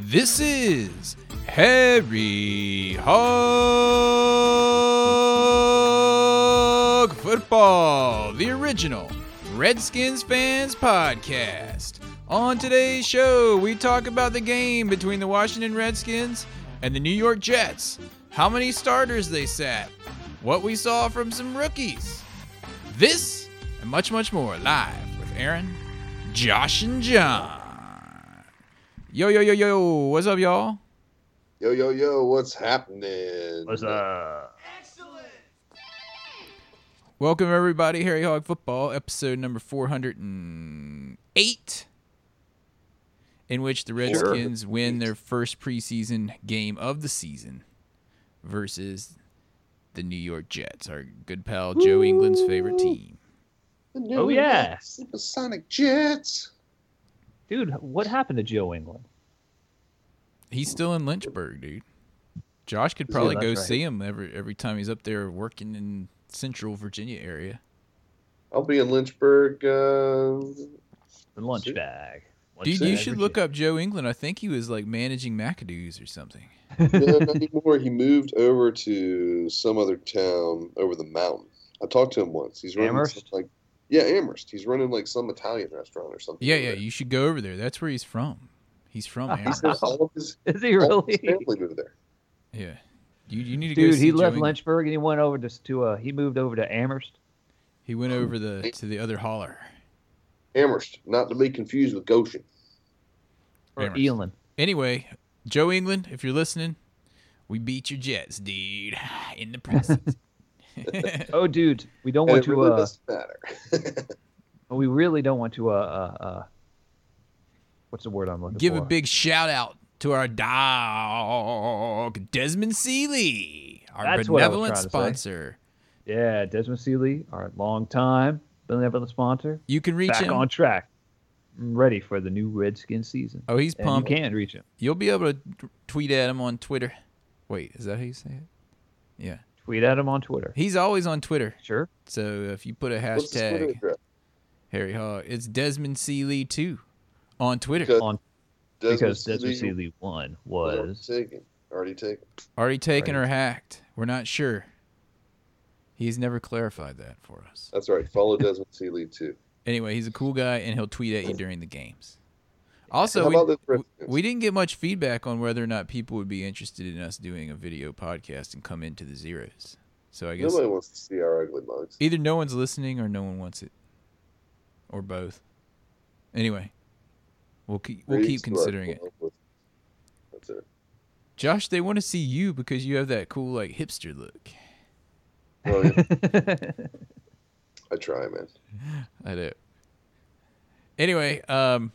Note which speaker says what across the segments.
Speaker 1: This is Harry Hog Football, the original Redskins fans podcast. On today's show, we talk about the game between the Washington Redskins and the New York Jets, how many starters they sat, what we saw from some rookies. This and much, much more live with Aaron, Josh, and John. Yo, yo, yo, yo, what's up, y'all?
Speaker 2: Yo, yo, yo, what's happening?
Speaker 3: What's up?
Speaker 1: Welcome, everybody. Harry Hog Football, episode number 408, in which the Redskins win their first preseason game of the season versus the New York Jets, our good pal Joe England's favorite team.
Speaker 2: The new
Speaker 3: Oh, yeah.
Speaker 2: Supersonic Jets.
Speaker 3: Dude, what happened to Joe England?
Speaker 1: He's still in Lynchburg, dude. Josh could
Speaker 3: Yeah,
Speaker 1: probably go
Speaker 3: that's right.
Speaker 1: see him every every time he's up there working in central Virginia area.
Speaker 2: I'll be in Lynchburg. Uh,
Speaker 3: The lunch
Speaker 2: Shoot.
Speaker 3: bag. Lunch
Speaker 1: Dude,
Speaker 3: bag
Speaker 1: you
Speaker 2: that?
Speaker 1: should
Speaker 3: every
Speaker 1: look
Speaker 3: day.
Speaker 1: up Joe England. I think he was like managing McAdoo's or something.
Speaker 2: no, not anymore. He moved over to some other town over the mountain. I talked to him once. He's running
Speaker 3: Amherst?
Speaker 2: some, like, yeah, Amherst. He's running like some Italian restaurant or something.
Speaker 1: Yeah,
Speaker 2: over
Speaker 1: yeah,
Speaker 2: there.
Speaker 1: you should go over there. That's where he's from. He's from Amherst.
Speaker 2: There's all of his,
Speaker 3: Is he
Speaker 1: Oh,
Speaker 2: all of his
Speaker 3: really?
Speaker 2: family moved there.
Speaker 1: Yeah, you you need to go.
Speaker 3: Dude,
Speaker 1: see
Speaker 3: he
Speaker 1: Joe
Speaker 3: left
Speaker 1: England.
Speaker 3: Lynchburg and he went over to, to uh he moved over to Amherst.
Speaker 1: He went over the to the other holler.
Speaker 2: Amherst, not to be confused with Goshen.
Speaker 3: Or
Speaker 1: Amherst.
Speaker 3: Ealing.
Speaker 1: Anyway, Joe England, if you're listening, we beat your Jets, dude, in the preseason.
Speaker 3: Oh dude, we don't
Speaker 2: And
Speaker 3: want
Speaker 2: it
Speaker 3: to
Speaker 2: really
Speaker 3: uh
Speaker 2: doesn't matter.
Speaker 3: we really don't want to uh uh, uh what's the word I'm looking
Speaker 1: Give
Speaker 3: for?
Speaker 1: a big shout out to our dog, Desmond Seeley, our
Speaker 3: That's what I was
Speaker 1: benevolent
Speaker 3: trying to say.
Speaker 1: sponsor.
Speaker 3: Yeah, Desmond Seeley, our long time benevolent sponsor.
Speaker 1: You can reach
Speaker 3: Back
Speaker 1: him.
Speaker 3: on track. Ready for the new Redskin season.
Speaker 1: oh, he's
Speaker 3: And you
Speaker 1: pumped.
Speaker 3: can reach him.
Speaker 1: You'll be able to t- tweet at him on Twitter. Wait, is that how you say it? Yeah.
Speaker 3: Tweet at him on Twitter.
Speaker 1: He's always on Twitter.
Speaker 3: Sure.
Speaker 1: So if you put a
Speaker 2: What's his Twitter
Speaker 1: hashtag
Speaker 2: address?
Speaker 1: Harry Hog, it's Desmond Seeley too on Twitter.
Speaker 2: Because
Speaker 3: On
Speaker 2: Desmond
Speaker 3: because Desmond
Speaker 2: Seeley
Speaker 3: Seeley one
Speaker 2: was already
Speaker 3: was
Speaker 2: taken. Already taken.
Speaker 1: Already taken
Speaker 3: Right.
Speaker 1: or hacked. We're not sure. He's never clarified that for us.
Speaker 2: That's right. Follow Desmond Seeley too.
Speaker 1: Anyway, he's a cool guy and he'll tweet at you during the games. Also,
Speaker 2: How about
Speaker 1: we,
Speaker 2: the Redskins?
Speaker 1: we didn't get much feedback on whether or not people would be interested in us doing a video podcast and come into the zeros. So I guess
Speaker 2: Nobody wants to see our ugly mugs.
Speaker 1: either no one's listening or no one wants it or both anyway we'll keep we'll keep
Speaker 2: Reeves to our
Speaker 1: considering it
Speaker 2: club. That's it.
Speaker 1: josh they want to see you because you have that cool like hipster look
Speaker 2: Well, yeah, I try, man.
Speaker 1: i do anyway um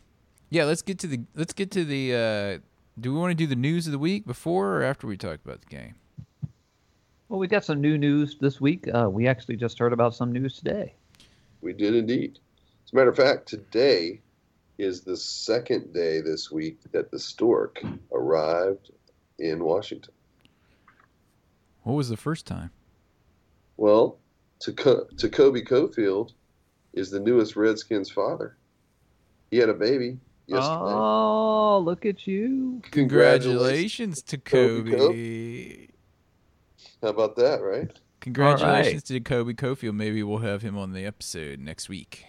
Speaker 1: yeah let's get to the let's get to the uh do we want to do the news of the week before or after we talk about the game
Speaker 3: Well, we got some new news this week. Uh, we actually just heard about some news today.
Speaker 2: We did indeed. As a matter of fact, today is the second day this week that the stork arrived in Washington.
Speaker 1: what was the first time
Speaker 2: Well, Taco- Tacoby Cofield is the newest Redskins father. He had a baby yesterday.
Speaker 3: Oh, look at you.
Speaker 1: congratulations to
Speaker 2: Kobe
Speaker 1: kobe
Speaker 2: How about that, right?
Speaker 1: congratulations to kobe cofield maybe we'll have him on the episode next week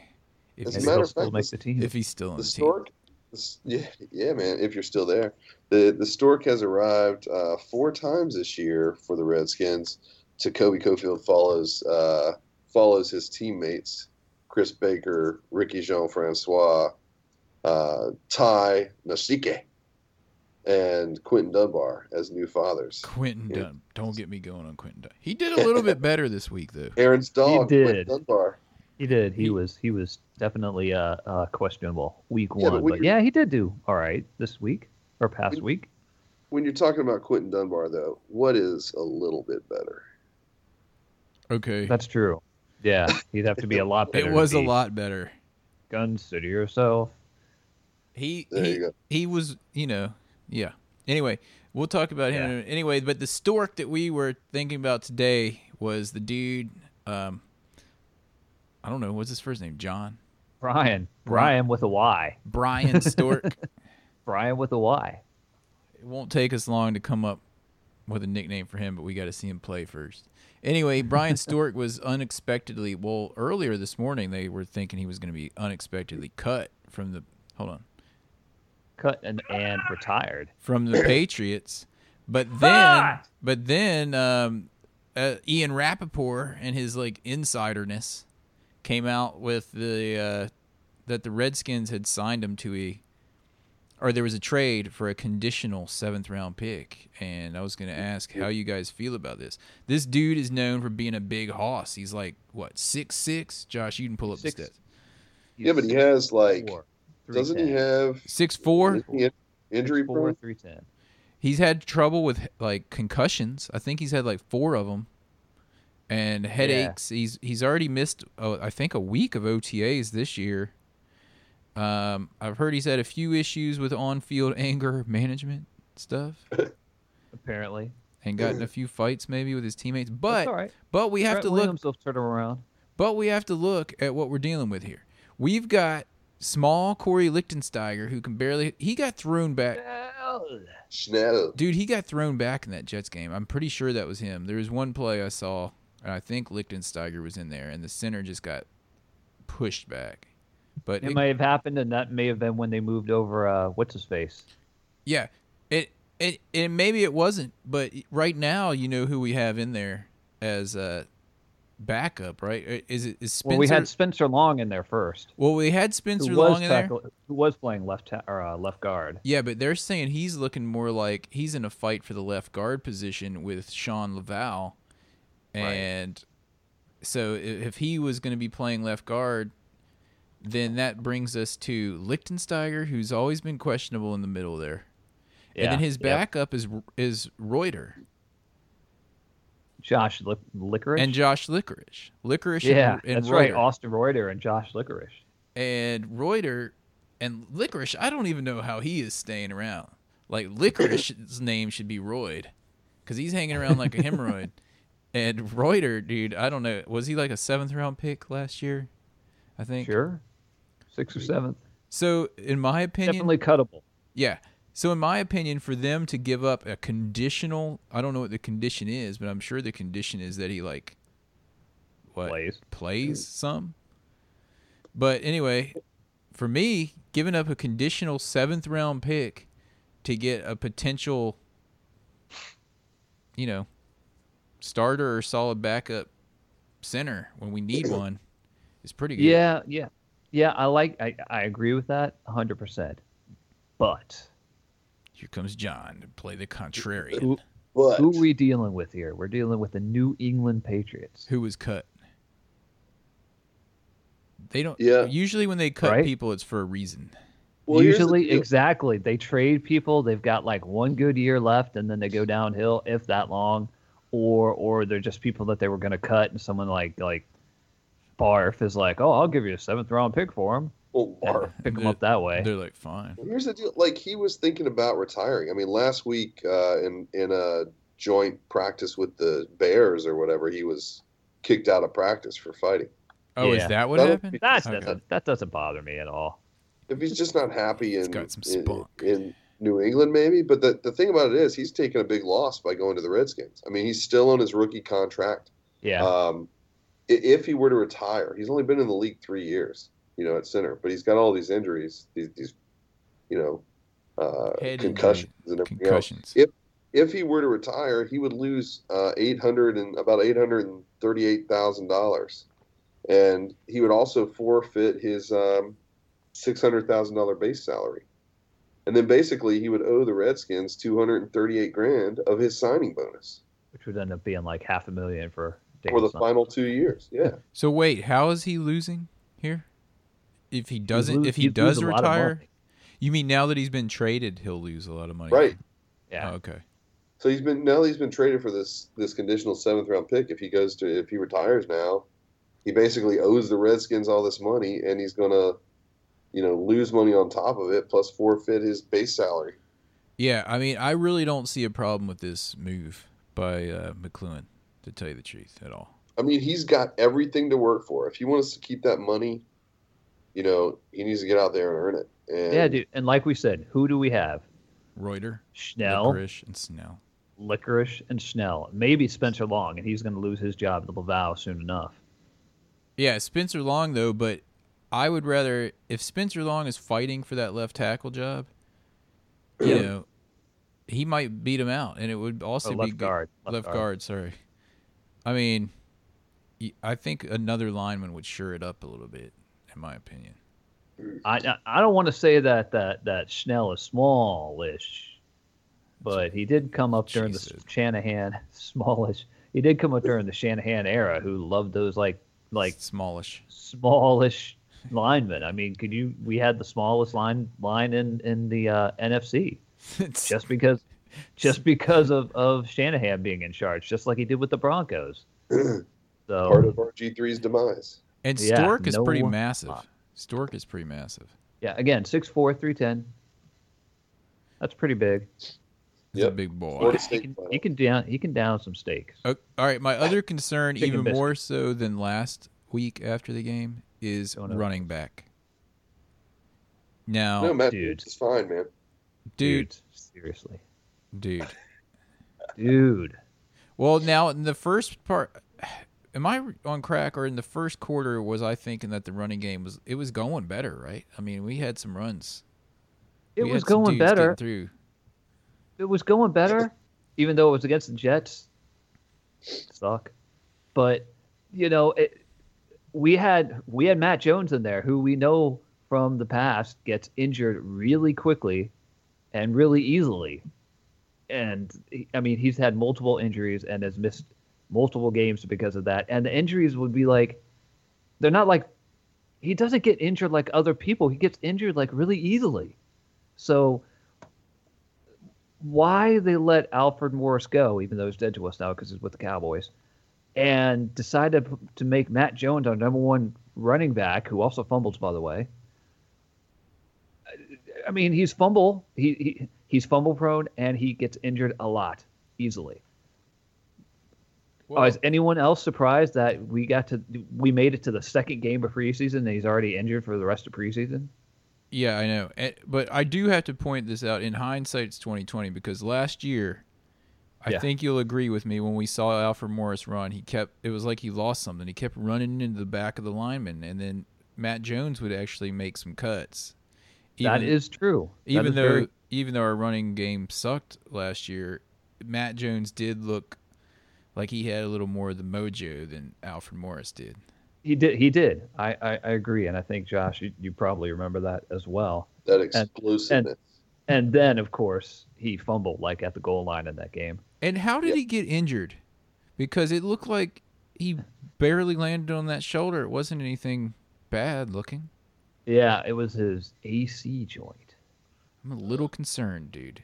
Speaker 1: if
Speaker 2: As a
Speaker 1: he's
Speaker 3: Maybe
Speaker 2: matter
Speaker 3: he'll
Speaker 2: of
Speaker 3: still
Speaker 2: fact,
Speaker 3: make the team.
Speaker 1: if he's still on
Speaker 2: the
Speaker 1: the team.
Speaker 2: stork this- yeah yeah man if you're still there the the stork has arrived uh, four times this year for the redskins to kobe cofield follows uh, follows his teammates chris baker ricky jean-francois uh, ty nasike and quentin dunbar as new fathers
Speaker 1: Quentin
Speaker 2: Yeah.
Speaker 1: Dunn. Don't get me going on Quentin Dunn. He did a little bit better this week though.
Speaker 2: aaron's dog quentin
Speaker 3: did.
Speaker 2: dunbar
Speaker 3: he did. He,
Speaker 1: he-
Speaker 3: was. He was definitely uh, uh, questionable week
Speaker 2: Yeah, but
Speaker 3: one.
Speaker 2: when
Speaker 3: But
Speaker 2: you're-
Speaker 3: yeah, he did do all right this week or past
Speaker 2: When-
Speaker 3: week.
Speaker 2: when you're talking about quentin dunbar though what is a little bit better
Speaker 1: Okay.
Speaker 3: That's true. Yeah, he'd have to be a lot better.
Speaker 1: It
Speaker 3: to
Speaker 1: was a
Speaker 3: be
Speaker 1: lot better.
Speaker 3: Gun city yourself.
Speaker 1: He
Speaker 2: there you
Speaker 1: he,
Speaker 2: go
Speaker 1: he was, you know, yeah. Anyway, we'll talk about him in a- anyway, but the stork that we were thinking about today was the dude um I don't know, what's his first name? John
Speaker 3: Brian.
Speaker 1: Brian.
Speaker 3: Brian with a Y.
Speaker 1: Brian Stork.
Speaker 3: Brian with a Y.
Speaker 1: It won't take us long to come up with a nickname for him, but we got to see him play first. Anyway, Brian Stork was unexpectedly well earlier this morning. They were thinking he was going to be unexpectedly cut from the hold on
Speaker 3: Cut and, and retired.
Speaker 1: from the Patriots, but then but then um, uh, Ian Rappaport and his like insiderness came out with the uh, that the Redskins had signed him to a or there was a trade for a conditional seventh round pick, and I was going to ask how you guys feel about this. This dude is known for being a big hoss. He's like what six six? Josh, you can pull up
Speaker 3: Six-
Speaker 1: the stats.
Speaker 2: Yeah, but he has like,
Speaker 3: Four, three
Speaker 2: doesn't he
Speaker 3: ten.
Speaker 2: have
Speaker 1: Six four.
Speaker 2: isn't he in- injury
Speaker 3: four
Speaker 2: prone?
Speaker 3: three ten?
Speaker 1: He's had trouble with like concussions. I think he's had like four of them, and headaches. He's he's already missed uh, I think a week of OTAs this year. Um, I've heard he's had a few issues with on-field anger management stuff,
Speaker 3: Apparently,
Speaker 1: and gotten a few fights maybe with his teammates.
Speaker 3: That's
Speaker 1: But
Speaker 3: all right.
Speaker 1: but we have
Speaker 3: Brett
Speaker 1: to look
Speaker 3: Williams will turn him around.
Speaker 1: but we have to look at what we're dealing with here. We've got small Corey Lichtensteiger who can barely he got thrown back
Speaker 2: Schnatter.
Speaker 1: Dude, he got thrown back in that Jets game. I'm pretty sure that was him. There was one play I saw, and I think Lichtensteiger was in there, and the center just got pushed back. But
Speaker 3: It
Speaker 1: it-
Speaker 3: may have happened, and that may have been when they moved over. Uh, what's his face?
Speaker 1: yeah, it, it it maybe it wasn't, but right now you know who we have in there as a backup, right? Is it is Spencer?
Speaker 3: Well, we had Spencer Long in there first,
Speaker 1: well, we had Spencer
Speaker 3: who
Speaker 1: Long
Speaker 3: was
Speaker 1: in there.
Speaker 3: tackle, who was playing left ta- or uh, left guard.
Speaker 1: Yeah, but they're saying he's looking more like he's in a fight for the left guard position with Sean Laval,
Speaker 3: Right.
Speaker 1: and so i- if he was going to be playing left guard, then that brings us to Lichtensteiger, who's always been questionable in the middle there, and then
Speaker 3: Yeah,
Speaker 1: his
Speaker 3: yep.
Speaker 1: backup is is Reuter
Speaker 3: Josh Lick- Licorice.
Speaker 1: and Josh Licorice, Licorice, and-
Speaker 3: yeah,
Speaker 1: and,
Speaker 3: that's
Speaker 1: Reuter.
Speaker 3: right. Austin Reuter and Josh Licorice.
Speaker 1: and Reuter and Licorice. I don't even know how he is staying around. Like Licorice's name should be Royd, because he's hanging around like a hemorrhoid. and Reuter, dude, I don't know. Was he like a seventh round pick last year? I think.
Speaker 3: Sure, sixth or seventh,
Speaker 1: So in my opinion,
Speaker 3: definitely cuttable.
Speaker 1: yeah. So in my opinion, for them to give up a conditional, I don't know what the condition is, but I'm sure the condition is that he like what
Speaker 3: Plays.
Speaker 1: plays some. But anyway, for me, giving up a conditional seventh round pick to get a potential, you know, starter or solid backup center when we need one is pretty good.
Speaker 3: Yeah, yeah, yeah. I like. I, I agree with that hundred percent. But
Speaker 1: Here comes John to play the contrarian,
Speaker 3: who,
Speaker 2: But
Speaker 3: who are we dealing with here? We're dealing with the New England Patriots.
Speaker 1: who was cut. They don't.
Speaker 2: Yeah.
Speaker 1: Usually, when they cut
Speaker 3: Right.
Speaker 1: people, it's for a reason.
Speaker 2: well, here's the
Speaker 3: Usually,
Speaker 2: deal.
Speaker 3: exactly. They trade people. They've got like one good year left, and then they go downhill, if that long, or or they're just people that they were going to cut, and someone like like Barf is like, oh, I'll give you a seventh round pick for him.
Speaker 2: Well, Marv,
Speaker 3: Pick him up that way.
Speaker 1: They're like, fine.
Speaker 2: Oh, Here's the deal. Like he was thinking about retiring. I mean, last week uh, in in a joint practice with the Bears or whatever, he was kicked out of practice for fighting.
Speaker 1: Oh, is
Speaker 3: Yeah.
Speaker 1: that what
Speaker 2: That'll-
Speaker 1: happened?
Speaker 3: That
Speaker 1: Okay.
Speaker 3: doesn't that doesn't bother me at all.
Speaker 2: If he's just not happy
Speaker 1: He's
Speaker 2: in
Speaker 1: got some
Speaker 2: in,
Speaker 1: spunk.
Speaker 2: in New England, maybe. But the the thing about it is, he's taking a big loss by going to the Redskins. I mean, he's still on his rookie contract.
Speaker 3: Yeah.
Speaker 2: Um, i- if he were to retire, he's only been in the league three years, you know, at center, but he's got all these injuries, these, these you know, uh,
Speaker 1: Head
Speaker 2: concussions and everything else.
Speaker 1: Concussions.
Speaker 2: If if he were to retire, he would lose uh, eight hundred and about eight hundred and thirty-eight thousand dollars, and he would also forfeit his um, six hundred thousand dollar base salary, and then basically he would owe the Redskins two hundred and thirty-eight grand of his signing bonus
Speaker 3: which would end up being like half a million for
Speaker 2: for the
Speaker 3: Danielson.
Speaker 2: final two years. Yeah.
Speaker 1: So wait, how is he losing here? If he
Speaker 3: He'd
Speaker 1: doesn't,
Speaker 3: lose-
Speaker 1: if he
Speaker 3: he'd lose
Speaker 1: does
Speaker 3: a lot of
Speaker 1: retire,
Speaker 3: money.
Speaker 1: you mean now that he's been traded, he'll lose a lot of money,
Speaker 2: Right.
Speaker 1: Oh,
Speaker 3: Yeah.
Speaker 1: okay.
Speaker 2: So he's been now that he's been traded for this this conditional seventh round pick. If he goes to if he retires now, he basically owes the Redskins all this money, and he's gonna, you know, lose money on top of it, plus forfeit his base salary.
Speaker 1: Yeah, I mean, I really don't see a problem with this move by uh, McLuhan, to tell you the truth, at all.
Speaker 2: I mean, he's got everything to work for. If he wants to keep that money, you know, he needs to get out there and earn it. And
Speaker 3: Yeah, dude. And like we said, who do we have?
Speaker 1: Reuter,
Speaker 3: Schnell, licorice,
Speaker 1: Licorice, and Snell.
Speaker 3: and Schnell. Maybe Spencer Long, and he's going to lose his job at the Laval soon enough.
Speaker 1: Yeah, Spencer Long though, but I would rather if Spencer Long is fighting for that left tackle job, you know, he might beat him out, and it would also
Speaker 3: Oh,
Speaker 1: be
Speaker 3: left
Speaker 1: good-
Speaker 3: guard,
Speaker 1: left,
Speaker 3: left
Speaker 1: guard.
Speaker 3: guard.
Speaker 1: Sorry, I mean, y- I think another lineman would sure it up a little bit, in my opinion.
Speaker 3: I I- I don't want to say that that that Schnell is smallish, but he did come up during
Speaker 1: Jesus.
Speaker 3: the Shanahan smallish. He did come up during the Shanahan era, who loved those like like
Speaker 1: smallish.
Speaker 3: smallish linemen. I mean, could you? We had the smallest line line in in the uh, NFC
Speaker 1: It's-
Speaker 3: just because just because of of Shanahan being in charge, just like he did with the Broncos. So
Speaker 2: part of our G 3s demise.
Speaker 1: and
Speaker 3: yeah,
Speaker 1: Stork is
Speaker 3: no
Speaker 1: pretty
Speaker 3: one-
Speaker 1: massive. Stork is pretty massive.
Speaker 3: yeah, again, six four, three ten. That's pretty big.
Speaker 1: He's a
Speaker 2: Yep.
Speaker 1: big boy.
Speaker 2: Florida
Speaker 3: he
Speaker 2: State
Speaker 3: can,
Speaker 2: final.
Speaker 3: he can down he can down some stakes.
Speaker 1: O- all right, my other concern,
Speaker 3: Chicken
Speaker 1: even
Speaker 3: biscuit.
Speaker 1: more so than last week after the game, is
Speaker 3: Don't know.
Speaker 1: running back. Now,
Speaker 2: no, Matt,
Speaker 3: oh, dude.
Speaker 2: it's fine, man.
Speaker 1: dude,
Speaker 3: seriously,
Speaker 1: dude,
Speaker 3: dude.
Speaker 1: Well, now in the first part, am I on crack or in the first quarter was I thinking that the running game was it was going better, right? I mean, we had some runs.
Speaker 3: It
Speaker 1: We
Speaker 3: was
Speaker 1: had some
Speaker 3: going
Speaker 1: dudes getting
Speaker 3: better.
Speaker 1: through.
Speaker 3: It was going better, even though it was against the Jets. Suck, but you know, it, we had we had Matt Jones in there, who we know from the past gets injured really quickly and really easily. And he- I mean, he's had multiple injuries and has missed multiple games because of that. And the injuries would be like, they're not like he doesn't get injured like other people. He gets injured like really easily. So why they let Alfred Morris go, even though he's dead to us now because he's with the Cowboys, and decided to p- to make Matt Jones our number one running back, who also fumbles, by the way. I- I mean, he's fumble. He, he he's fumble prone, and he gets injured a lot easily. Oh, is anyone else surprised that we got to we made it to the second game of preseason and he's already injured for the rest of preseason?
Speaker 1: Yeah, I know. Eh, But I do have to point this out in hindsight it's 2020 because last year I
Speaker 3: Yeah.
Speaker 1: think you'll agree with me when we saw Alfred Morris run, he kept it was like he lost something. He kept running into the back of the lineman and then Matt Jones would actually make some cuts.
Speaker 3: that
Speaker 1: Even-
Speaker 3: is true. That
Speaker 1: even
Speaker 3: is
Speaker 1: though
Speaker 3: very-
Speaker 1: even though our running game sucked last year, Matt Jones did look like he had a little more of the mojo than Alfred Morris did.
Speaker 3: He did. He did. I, I, I agree, and I think Josh, you, you probably remember that as well.
Speaker 2: That explosiveness.
Speaker 3: And then, of course, he fumbled like at the goal line in that game.
Speaker 1: And how did
Speaker 2: Yep.
Speaker 1: he get injured? Because it looked like he barely landed on that shoulder. It wasn't anything bad looking.
Speaker 3: Yeah, it was his AC joint.
Speaker 1: I'm a little concerned, dude.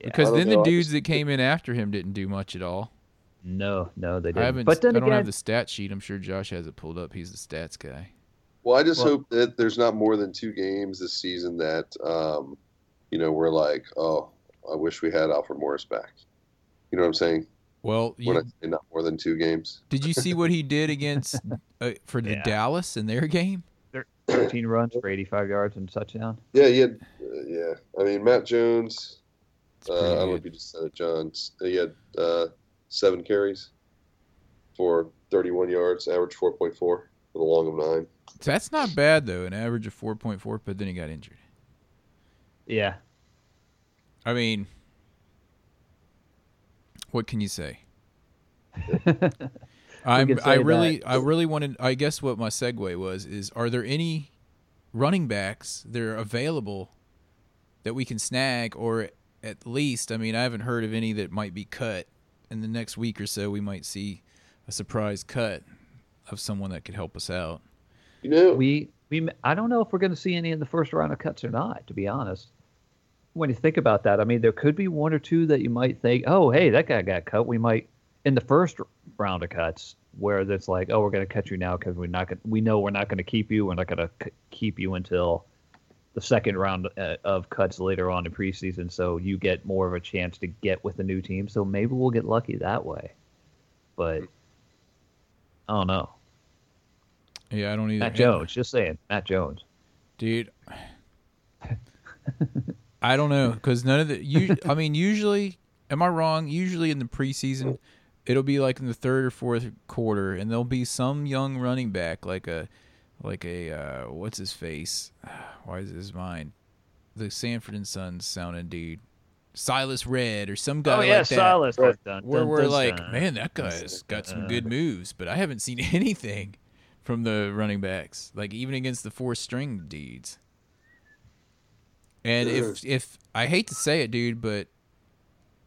Speaker 3: Yeah.
Speaker 1: Because
Speaker 2: I don't
Speaker 1: then the
Speaker 2: know. I
Speaker 1: dudes
Speaker 2: just-
Speaker 1: that came in after him didn't do much at all.
Speaker 3: No, no, they
Speaker 1: I
Speaker 3: didn't.
Speaker 1: haven't.
Speaker 3: But then
Speaker 1: I don't
Speaker 3: again,
Speaker 1: have the stat sheet. I'm sure Josh has it pulled up. He's the stats guy.
Speaker 2: Well, I just
Speaker 3: Well-
Speaker 2: hope that there's not more than two games this season that, um, you know, we're like, oh, I wish we had Alfred Morris back. You know what I'm saying?
Speaker 1: Well, you,
Speaker 2: When I say not more than two games.
Speaker 1: Did you see what he did against uh, for the
Speaker 3: Yeah.
Speaker 1: Dallas in their game?
Speaker 3: thirteen runs for eighty-five yards and touchdown.
Speaker 2: Yeah, yeah, uh, yeah. I mean, Matt Jones.
Speaker 1: It's
Speaker 2: Uh,
Speaker 1: pretty
Speaker 2: I don't know
Speaker 1: good.
Speaker 2: if you just said it, John. S- He had uh, seven carries for 31 yards, average 4.4 for the long of nine.
Speaker 1: That's not bad though, an average of four point four. But then he got injured.
Speaker 3: Yeah,
Speaker 1: I mean, what can you say? I'm,
Speaker 3: can say
Speaker 1: I really, I really wanted. I guess what my segue was is: Are there any running backs that are available that we can snag, or at least, I mean, I haven't heard of any that might be cut in the next week or so. We might see a surprise cut of someone that could help us out.
Speaker 2: You know,
Speaker 3: we we. I don't know if we're going to see any in the first round of cuts or not. To be honest, when you think about that, I mean, there could be one or two that you might think, oh, hey, that guy got cut. We might in the first round of cuts where it's like, oh, we're going to cut you now because we're not going. We know we're not going to keep you. We're not going to c- keep you until the second round uh, of cuts later on in preseason. So you get more of a chance to get with the new team. So maybe we'll get lucky that way. But I don't know.
Speaker 1: Yeah, I don't either.
Speaker 3: Matt Jones, just saying, Matt Jones.
Speaker 1: dude. I don't know because none of the. You, I mean, usually, am I wrong? Usually in the preseason, it'll be like in the third or fourth quarter, and there'll be some young running back like a, like a uh, what's his face? Why is his mind? The Sanford and Sons sounding dude, Silas Red or some guy
Speaker 3: oh yeah,
Speaker 1: like that.
Speaker 3: Silas.
Speaker 2: Right.
Speaker 3: Dun,
Speaker 1: Where
Speaker 3: dun,
Speaker 1: we're
Speaker 3: dun,
Speaker 1: like,
Speaker 3: dun.
Speaker 1: man, that guy's
Speaker 2: That's-
Speaker 1: got some
Speaker 3: uh,
Speaker 1: good moves, but I haven't seen anything from the running backs, like even against the four string dudes. And if if I hate to say it, dude, but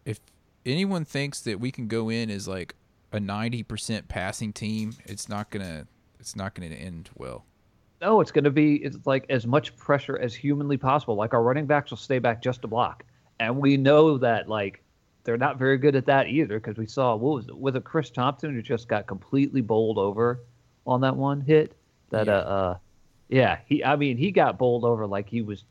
Speaker 1: if anyone thinks that we can go in as like a ninety percent passing team, it's not gonna it's not gonna end well.
Speaker 3: No, it's going to be it's like as much pressure as humanly possible. Like our running backs will stay back just to block, and we know that like they're not very good at that either because we saw what was it, was it Chris Thompson who just got completely bowled over on that one hit that
Speaker 1: Yeah.
Speaker 3: uh, uh yeah he I mean he got bowled over like he was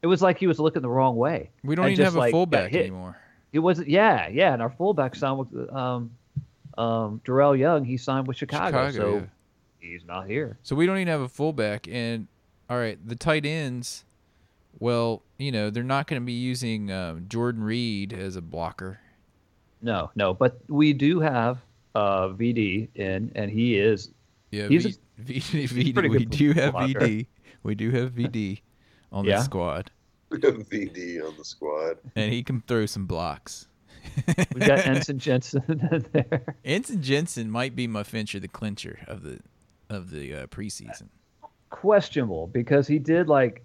Speaker 3: it was like he was looking the wrong way.
Speaker 1: We don't
Speaker 3: And
Speaker 1: even
Speaker 3: just,
Speaker 1: have a
Speaker 3: like, got
Speaker 1: fullback
Speaker 3: hit.
Speaker 1: anymore.
Speaker 3: He wasn't yeah yeah, and our fullback signed with um um Darrell Young he signed with Chicago, so
Speaker 1: yeah.
Speaker 3: he's not here.
Speaker 1: So we don't even have a fullback. And all right, the tight ends, well, you know, they're not going to be using um, Jordan Reed as a blocker.
Speaker 3: No, no, but we do have uh, VD in, and he is
Speaker 1: Yeah,
Speaker 3: He's
Speaker 1: v, v, VD,
Speaker 3: pretty
Speaker 1: we
Speaker 3: good
Speaker 1: do have
Speaker 3: blocker.
Speaker 1: VD. We do have VD on
Speaker 3: Yeah.
Speaker 1: the squad,
Speaker 2: VD on the squad.
Speaker 1: and he can throw some blocks.
Speaker 3: we've got Ensign Jensen in there.
Speaker 1: Ensign Jensen might be my fincher, the clincher of the of the uh, preseason.
Speaker 3: Questionable because he did like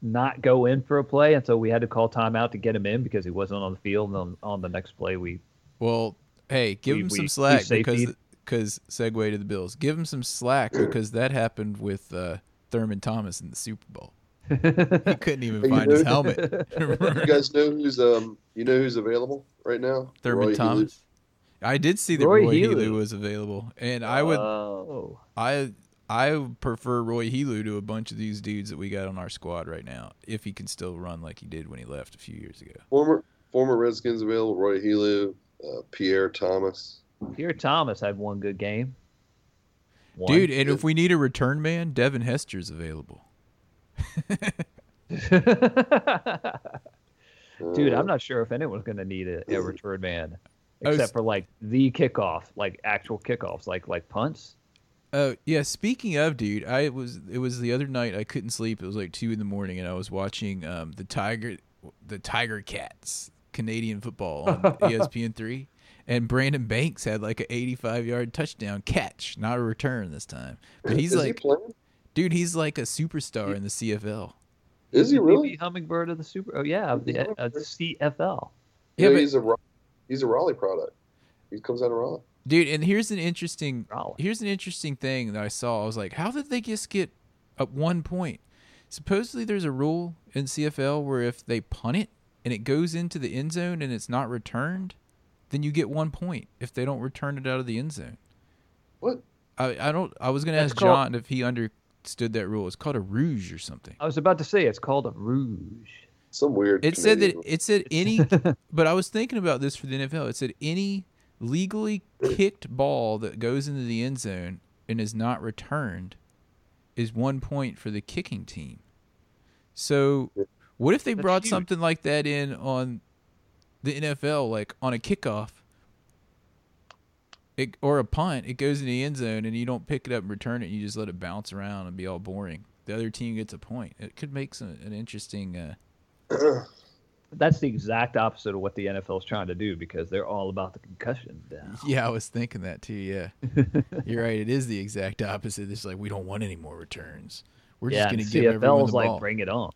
Speaker 3: not go in for a play, and so we had to call timeout to get him in because he wasn't on the field. And on, on the next play, we
Speaker 1: Well, hey, give
Speaker 3: We-
Speaker 1: him
Speaker 3: we-
Speaker 1: some
Speaker 3: we
Speaker 1: slack because
Speaker 3: safetied.
Speaker 1: because segue to the Bills. Give him some slack because that happened with uh, Thurman Thomas in the Super Bowl. He couldn't even
Speaker 2: Are you
Speaker 1: find his
Speaker 2: doing-
Speaker 1: helmet.
Speaker 2: You guys know who's um you know who's available right now?
Speaker 1: Thurman
Speaker 2: Roy Helu.
Speaker 1: Thomas. I did see that Roy,
Speaker 3: Roy
Speaker 1: Helu.
Speaker 3: Helu.
Speaker 1: was available, and I would
Speaker 2: Uh.
Speaker 3: Oh,
Speaker 1: I I prefer Roy Helu to a bunch of these dudes that we got on our squad right now. If he can still run like he did when he left a few years ago.
Speaker 2: Former former Redskins available, Roy Helu, uh, Pierre Thomas.
Speaker 3: Pierre Thomas had one good game. One.
Speaker 1: Dude, and if we need a return man, Devin Hester's available.
Speaker 2: Uh,
Speaker 3: Dude, I'm not sure if anyone's going to need a, a return man,
Speaker 1: I was-
Speaker 3: except for like the kickoff, like actual kickoffs, like like punts.
Speaker 1: Oh yeah, speaking of dude, I was it was the other night I couldn't sleep. It was like two in the morning, and I was watching um, the tiger, the Tiger Cats Canadian football on E ESPN three, and Brandon Banks had like a eighty five yard touchdown catch, not a return this time. But he's
Speaker 2: Uh, is he
Speaker 1: like,
Speaker 2: playing?
Speaker 1: dude, he's like a superstar in the CFL.
Speaker 2: Is he
Speaker 3: Maybe
Speaker 2: really?
Speaker 3: hummingbird of the Super? Oh yeah, of the
Speaker 2: Yeah.
Speaker 3: uh, CFL.
Speaker 1: Yeah,
Speaker 2: No,
Speaker 1: but-
Speaker 2: he's a Ra- he's a Raleigh product. He comes out of Raleigh.
Speaker 1: dude. And here's an interesting
Speaker 3: Raleigh.
Speaker 1: here's an interesting thing that I saw. I was like, how did they just get up one point? Supposedly, there's a rule in CFL where if they punt it and it goes into the end zone and it's not returned, then you get one point if they don't return it out of the end zone.
Speaker 2: What?
Speaker 1: I, I don't. I was gonna
Speaker 3: That's
Speaker 1: ask
Speaker 3: called-
Speaker 1: John if he understood that rule. It's called a rouge or something.
Speaker 3: I was about to say it's called a rouge.
Speaker 2: Some weird.
Speaker 1: It said that
Speaker 2: Canadian-
Speaker 1: it said any, but I was thinking about this for the NFL. It said any legally kicked ball that goes into the end zone and is not returned is one point for the kicking team. So, what if they
Speaker 3: That's
Speaker 1: brought
Speaker 3: huge.
Speaker 1: something like that in on the NFL, like on a kickoff? It, or a punt, it goes in the end zone and you don't pick it up and return it. You just let it bounce around and be all boring. The other team gets a point. It could make some an interesting uh,
Speaker 3: That's the exact opposite of what the NFL is trying to do because they're all about the concussion. now.
Speaker 1: Yeah, I was thinking that too. Yeah, you're right. It is the exact opposite. It's like we don't want any more returns. We're
Speaker 3: yeah,
Speaker 1: just going
Speaker 3: and
Speaker 1: to
Speaker 3: the
Speaker 1: give everyone
Speaker 3: CFL
Speaker 1: the
Speaker 3: is like
Speaker 1: ball.
Speaker 3: bring it on,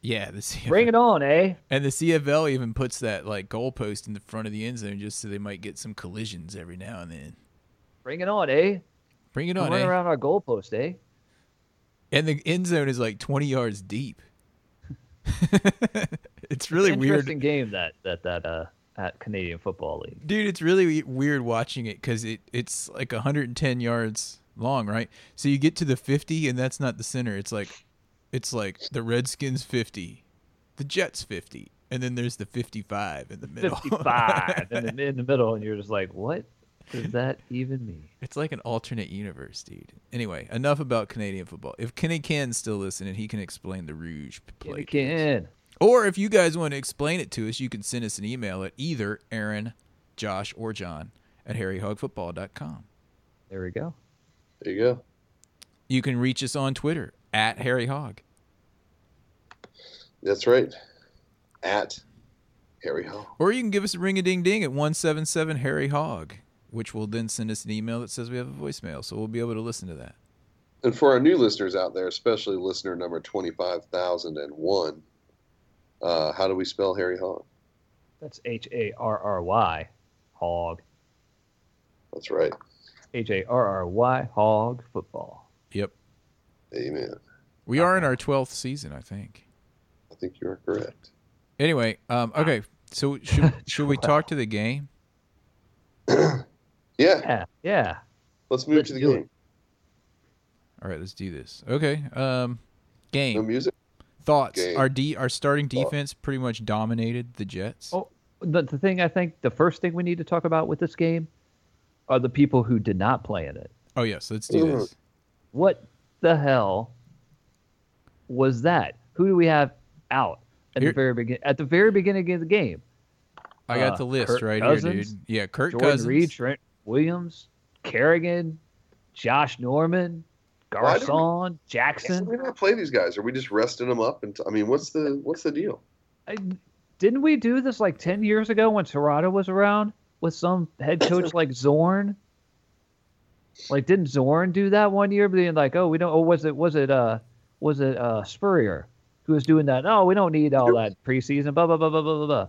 Speaker 1: yeah, the CFL.
Speaker 3: bring it on, eh?
Speaker 1: and the CFL even puts that like goalpost in the front of the end zone just so they might get some collisions every now and then.
Speaker 3: Bring it on, eh?
Speaker 1: Bring it
Speaker 3: Run
Speaker 1: on, eh?
Speaker 3: around our goalpost, eh?
Speaker 1: and the end zone is like 20 yards deep. it's really weird.
Speaker 3: Interesting game that that that uh at Canadian Football League.
Speaker 1: dude it's really weird watching it because it, it's like 110 yards long right so you get to the 50 and that's not the center it's like it's like the redskins 50 the jets 50 and then there's the 55 in the middle
Speaker 3: 55 in, the, in the middle, and you're just like, what? does that even mean?
Speaker 1: It's like an alternate universe, dude. Anyway, enough about Canadian football. If Kenny Can's still listening, he can explain the Rouge
Speaker 3: Kenny
Speaker 1: plate.
Speaker 3: Ken.
Speaker 1: Or if you guys want to explain it to us, you can send us an email at either Aaron, Josh, or John at harryhogfootball.com.
Speaker 3: There we go.
Speaker 2: There you go.
Speaker 1: You can reach us on Twitter at Harry Hog.
Speaker 2: That's right. At Harry Hall.
Speaker 1: Or you can give us a ring a ding ding at 177 Harry Hog, which will then send us an email that says we have a voicemail. So we'll be able to listen to that.
Speaker 2: And for our new listeners out there, especially listener number 25,001, uh, how do we spell Harry Hog?
Speaker 3: That's H A R R Y, hog.
Speaker 2: That's right.
Speaker 3: H A R R Y, hog football.
Speaker 1: Yep.
Speaker 2: Amen.
Speaker 1: We are in our 12th season, I think.
Speaker 2: I think you're correct.
Speaker 1: Anyway, um, okay. So should, should we talk to the game?
Speaker 2: Yeah,
Speaker 3: Yeah, yeah.
Speaker 2: let's move
Speaker 3: Let's
Speaker 2: to the
Speaker 3: do
Speaker 2: game.
Speaker 1: All right, let's do this. Okay. Um, game.
Speaker 2: No music?
Speaker 1: Thoughts?
Speaker 2: Game.
Speaker 1: Our D, our starting
Speaker 2: Thought.
Speaker 1: defense pretty much dominated the Jets.
Speaker 3: Oh. The, the thing I think the first thing we need to talk about with this game are the people who did not play in it.
Speaker 1: Oh, yes, let's do
Speaker 2: Ugh.
Speaker 1: this.
Speaker 3: What the hell was that? Who do we have out at
Speaker 1: Here-
Speaker 3: the very begin at the very beginning of the game?
Speaker 1: I got
Speaker 3: Uh,
Speaker 1: the list
Speaker 3: Kirk
Speaker 1: right here,
Speaker 3: Cousins?
Speaker 1: dude. Yeah, Kirk
Speaker 3: Jordan
Speaker 1: Cousins.
Speaker 3: Reed, Trent Williams, Kerrigan, Josh Norman,
Speaker 2: Why do we-
Speaker 3: Garcon,
Speaker 2: Why do
Speaker 3: Jackson.
Speaker 2: we not play these guys? Are we just resting them up? And t- I mean, what's the what's the deal?
Speaker 3: I, didn't we do this like 10 years ago when Serrata was around with some head coach like Zorn? Like didn't Zorn do that one year being like, "Oh, we don't oh was it was it uh was it uh Spurrier who was doing that? Oh, we don't need all that preseason blah blah blah blah blah blah." blah.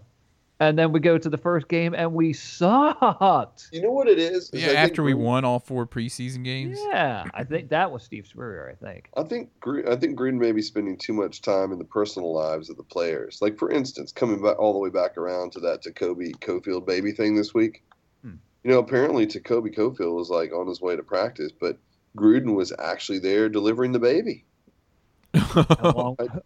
Speaker 3: And then we go to the first game and we sucked.
Speaker 2: You know what it is? is
Speaker 1: Yeah,
Speaker 2: I think
Speaker 1: after we
Speaker 2: Green-
Speaker 1: won all four preseason games.
Speaker 3: Yeah, I think that was Steve Spurrier, I think.
Speaker 2: I think Green, I think Green may be spending too much time in the personal lives of the players. Like for instance, coming back all the way back around to that Jacoby Cofield baby thing this week.
Speaker 3: Hmm.
Speaker 2: You know, apparently Jacoby Cofield was like on his way to practice, but Gruden was actually there delivering the baby.
Speaker 1: Oh,
Speaker 3: Along-
Speaker 1: uh,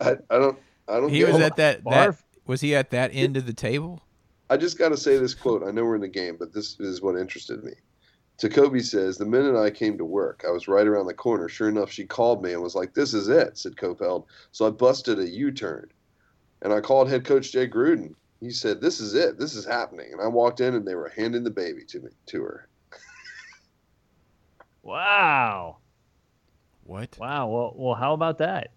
Speaker 2: I, I don't I don't
Speaker 1: he
Speaker 2: get
Speaker 1: was
Speaker 2: it.
Speaker 1: at that, that
Speaker 3: Barf.
Speaker 1: was he at that end of the table?
Speaker 2: I just got to say this quote. I know we're in the game, but this is what interested me. Tacoby says, The minute I came to work, I was right around the corner. Sure enough, she called me and was like, This is it, said Copeld. So I busted a U turn. And I called head coach Jay Gruden. He said, This is it. This is happening. And I walked in and they were handing the baby to me to her.
Speaker 3: wow.
Speaker 1: What?
Speaker 3: Wow. Well, well, how about that?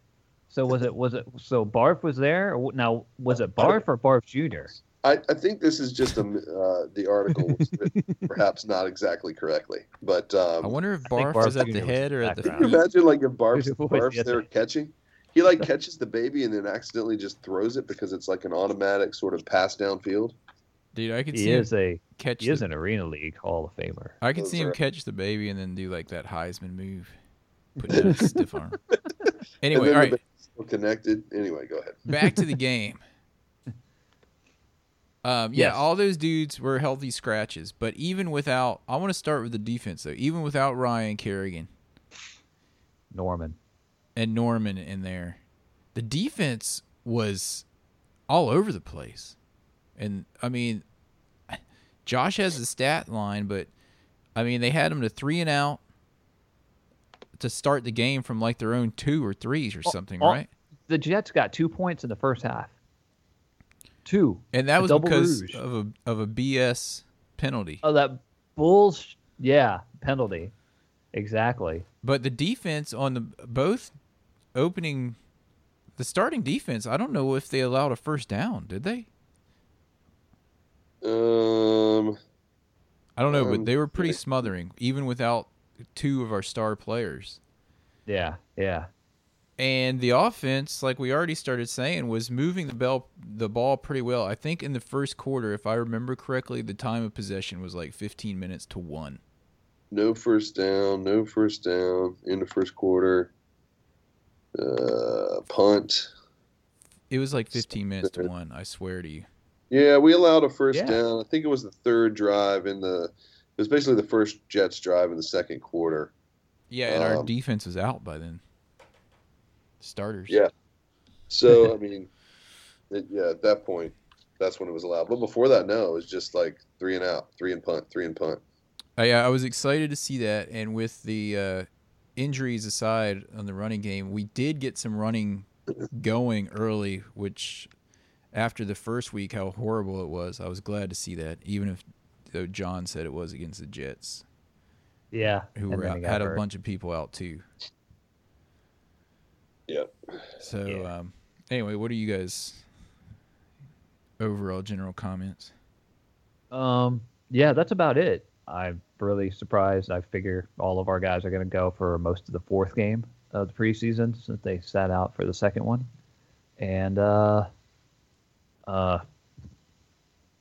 Speaker 3: So was it was it so Barf was there? Or Now was it Barf or Barf Junior?
Speaker 2: I, I think this is just a, m- uh, the article was written perhaps not exactly correctly. But
Speaker 1: I
Speaker 2: um,
Speaker 1: wonder if
Speaker 3: I think
Speaker 1: Barf was
Speaker 3: Barf
Speaker 1: at the
Speaker 3: Jr. was
Speaker 1: head or at the
Speaker 2: can you
Speaker 1: feet.
Speaker 3: background.
Speaker 2: imagine like if Barb's,
Speaker 3: Who's the voice?
Speaker 2: Barb's there catching? He like catches the baby and then accidentally just throws it because it's like an automatic sort of pass downfield.
Speaker 1: Dude, I could see
Speaker 3: He
Speaker 1: him
Speaker 3: is a
Speaker 1: catch.
Speaker 3: he is
Speaker 1: The,
Speaker 3: an Arena League Hall of Famer.
Speaker 1: I could
Speaker 2: Those
Speaker 1: see him
Speaker 2: are-
Speaker 1: catch the baby and then do like that Heisman move, put it in his stiff arm.
Speaker 2: And
Speaker 1: Anyway, all
Speaker 2: then the
Speaker 1: right,
Speaker 2: baby's still connected. Anyway, go ahead.
Speaker 1: back to the game. Um, yeah,
Speaker 3: Yes.
Speaker 1: all those dudes were healthy scratches, but even without, I want to start with the defense though. Even without Ryan Kerrigan,
Speaker 3: Norman.
Speaker 1: and Norman in there. The defense was all over the place. And I mean, Josh has the stat line, but I mean, they had him to three and out to start the game from like their own two or threes or something,
Speaker 3: oh.
Speaker 1: right?
Speaker 3: The Jets got two points in the first half. Two.
Speaker 1: And that
Speaker 3: A
Speaker 1: was
Speaker 3: double
Speaker 1: because
Speaker 3: rouge.
Speaker 1: of a of a BS penalty.
Speaker 3: Oh, that Bulls. Yeah, penalty. Exactly.
Speaker 1: But the defense on the both opening the starting defense, I don't know if they allowed a first down, did they?
Speaker 2: Um,
Speaker 1: I don't know, but
Speaker 2: Um,
Speaker 1: they were pretty
Speaker 2: yeah.
Speaker 1: smothering, even without two of our star players.
Speaker 3: Yeah, yeah.
Speaker 1: And the offense, like we already started saying, was moving the bell the ball pretty well. I think in the first quarter, if I remember correctly, the time of possession was like 15 minutes to one.
Speaker 2: no first down. No first down in the first quarter. Uh, punt.
Speaker 1: It was like 15 minutes to one. I swear to you.
Speaker 2: Yeah, we allowed a first
Speaker 3: Yeah.
Speaker 2: down. I think it was the third drive in the. It was basically the first Jets drive in the second quarter.
Speaker 1: Yeah, and our
Speaker 2: Um,
Speaker 1: defense was out by then. Starters.
Speaker 2: Yeah. So I mean, it, yeah, at that point, that's when it was allowed. But before that, no, it was just like three and out, three and punt, three and punt.
Speaker 1: I, I was excited to see that, and with the uh, injuries aside on the running game, we did get some running going early, which after the first week, how horrible it was. I was glad to see that, even if though John said it was against the Jets,
Speaker 3: Yeah.
Speaker 1: who
Speaker 3: and
Speaker 1: were
Speaker 3: then
Speaker 1: out,
Speaker 3: he got
Speaker 1: had a
Speaker 3: hurt.
Speaker 1: bunch of people out too.
Speaker 2: Yep.
Speaker 1: So
Speaker 3: Yeah.
Speaker 1: um, anyway, what are you guys overall general comments?
Speaker 3: Um, yeah, that's about it. I'm really surprised. I figure all of our guys are going to go for most of the fourth game of the preseason since they sat out for the second one. And uh, uh,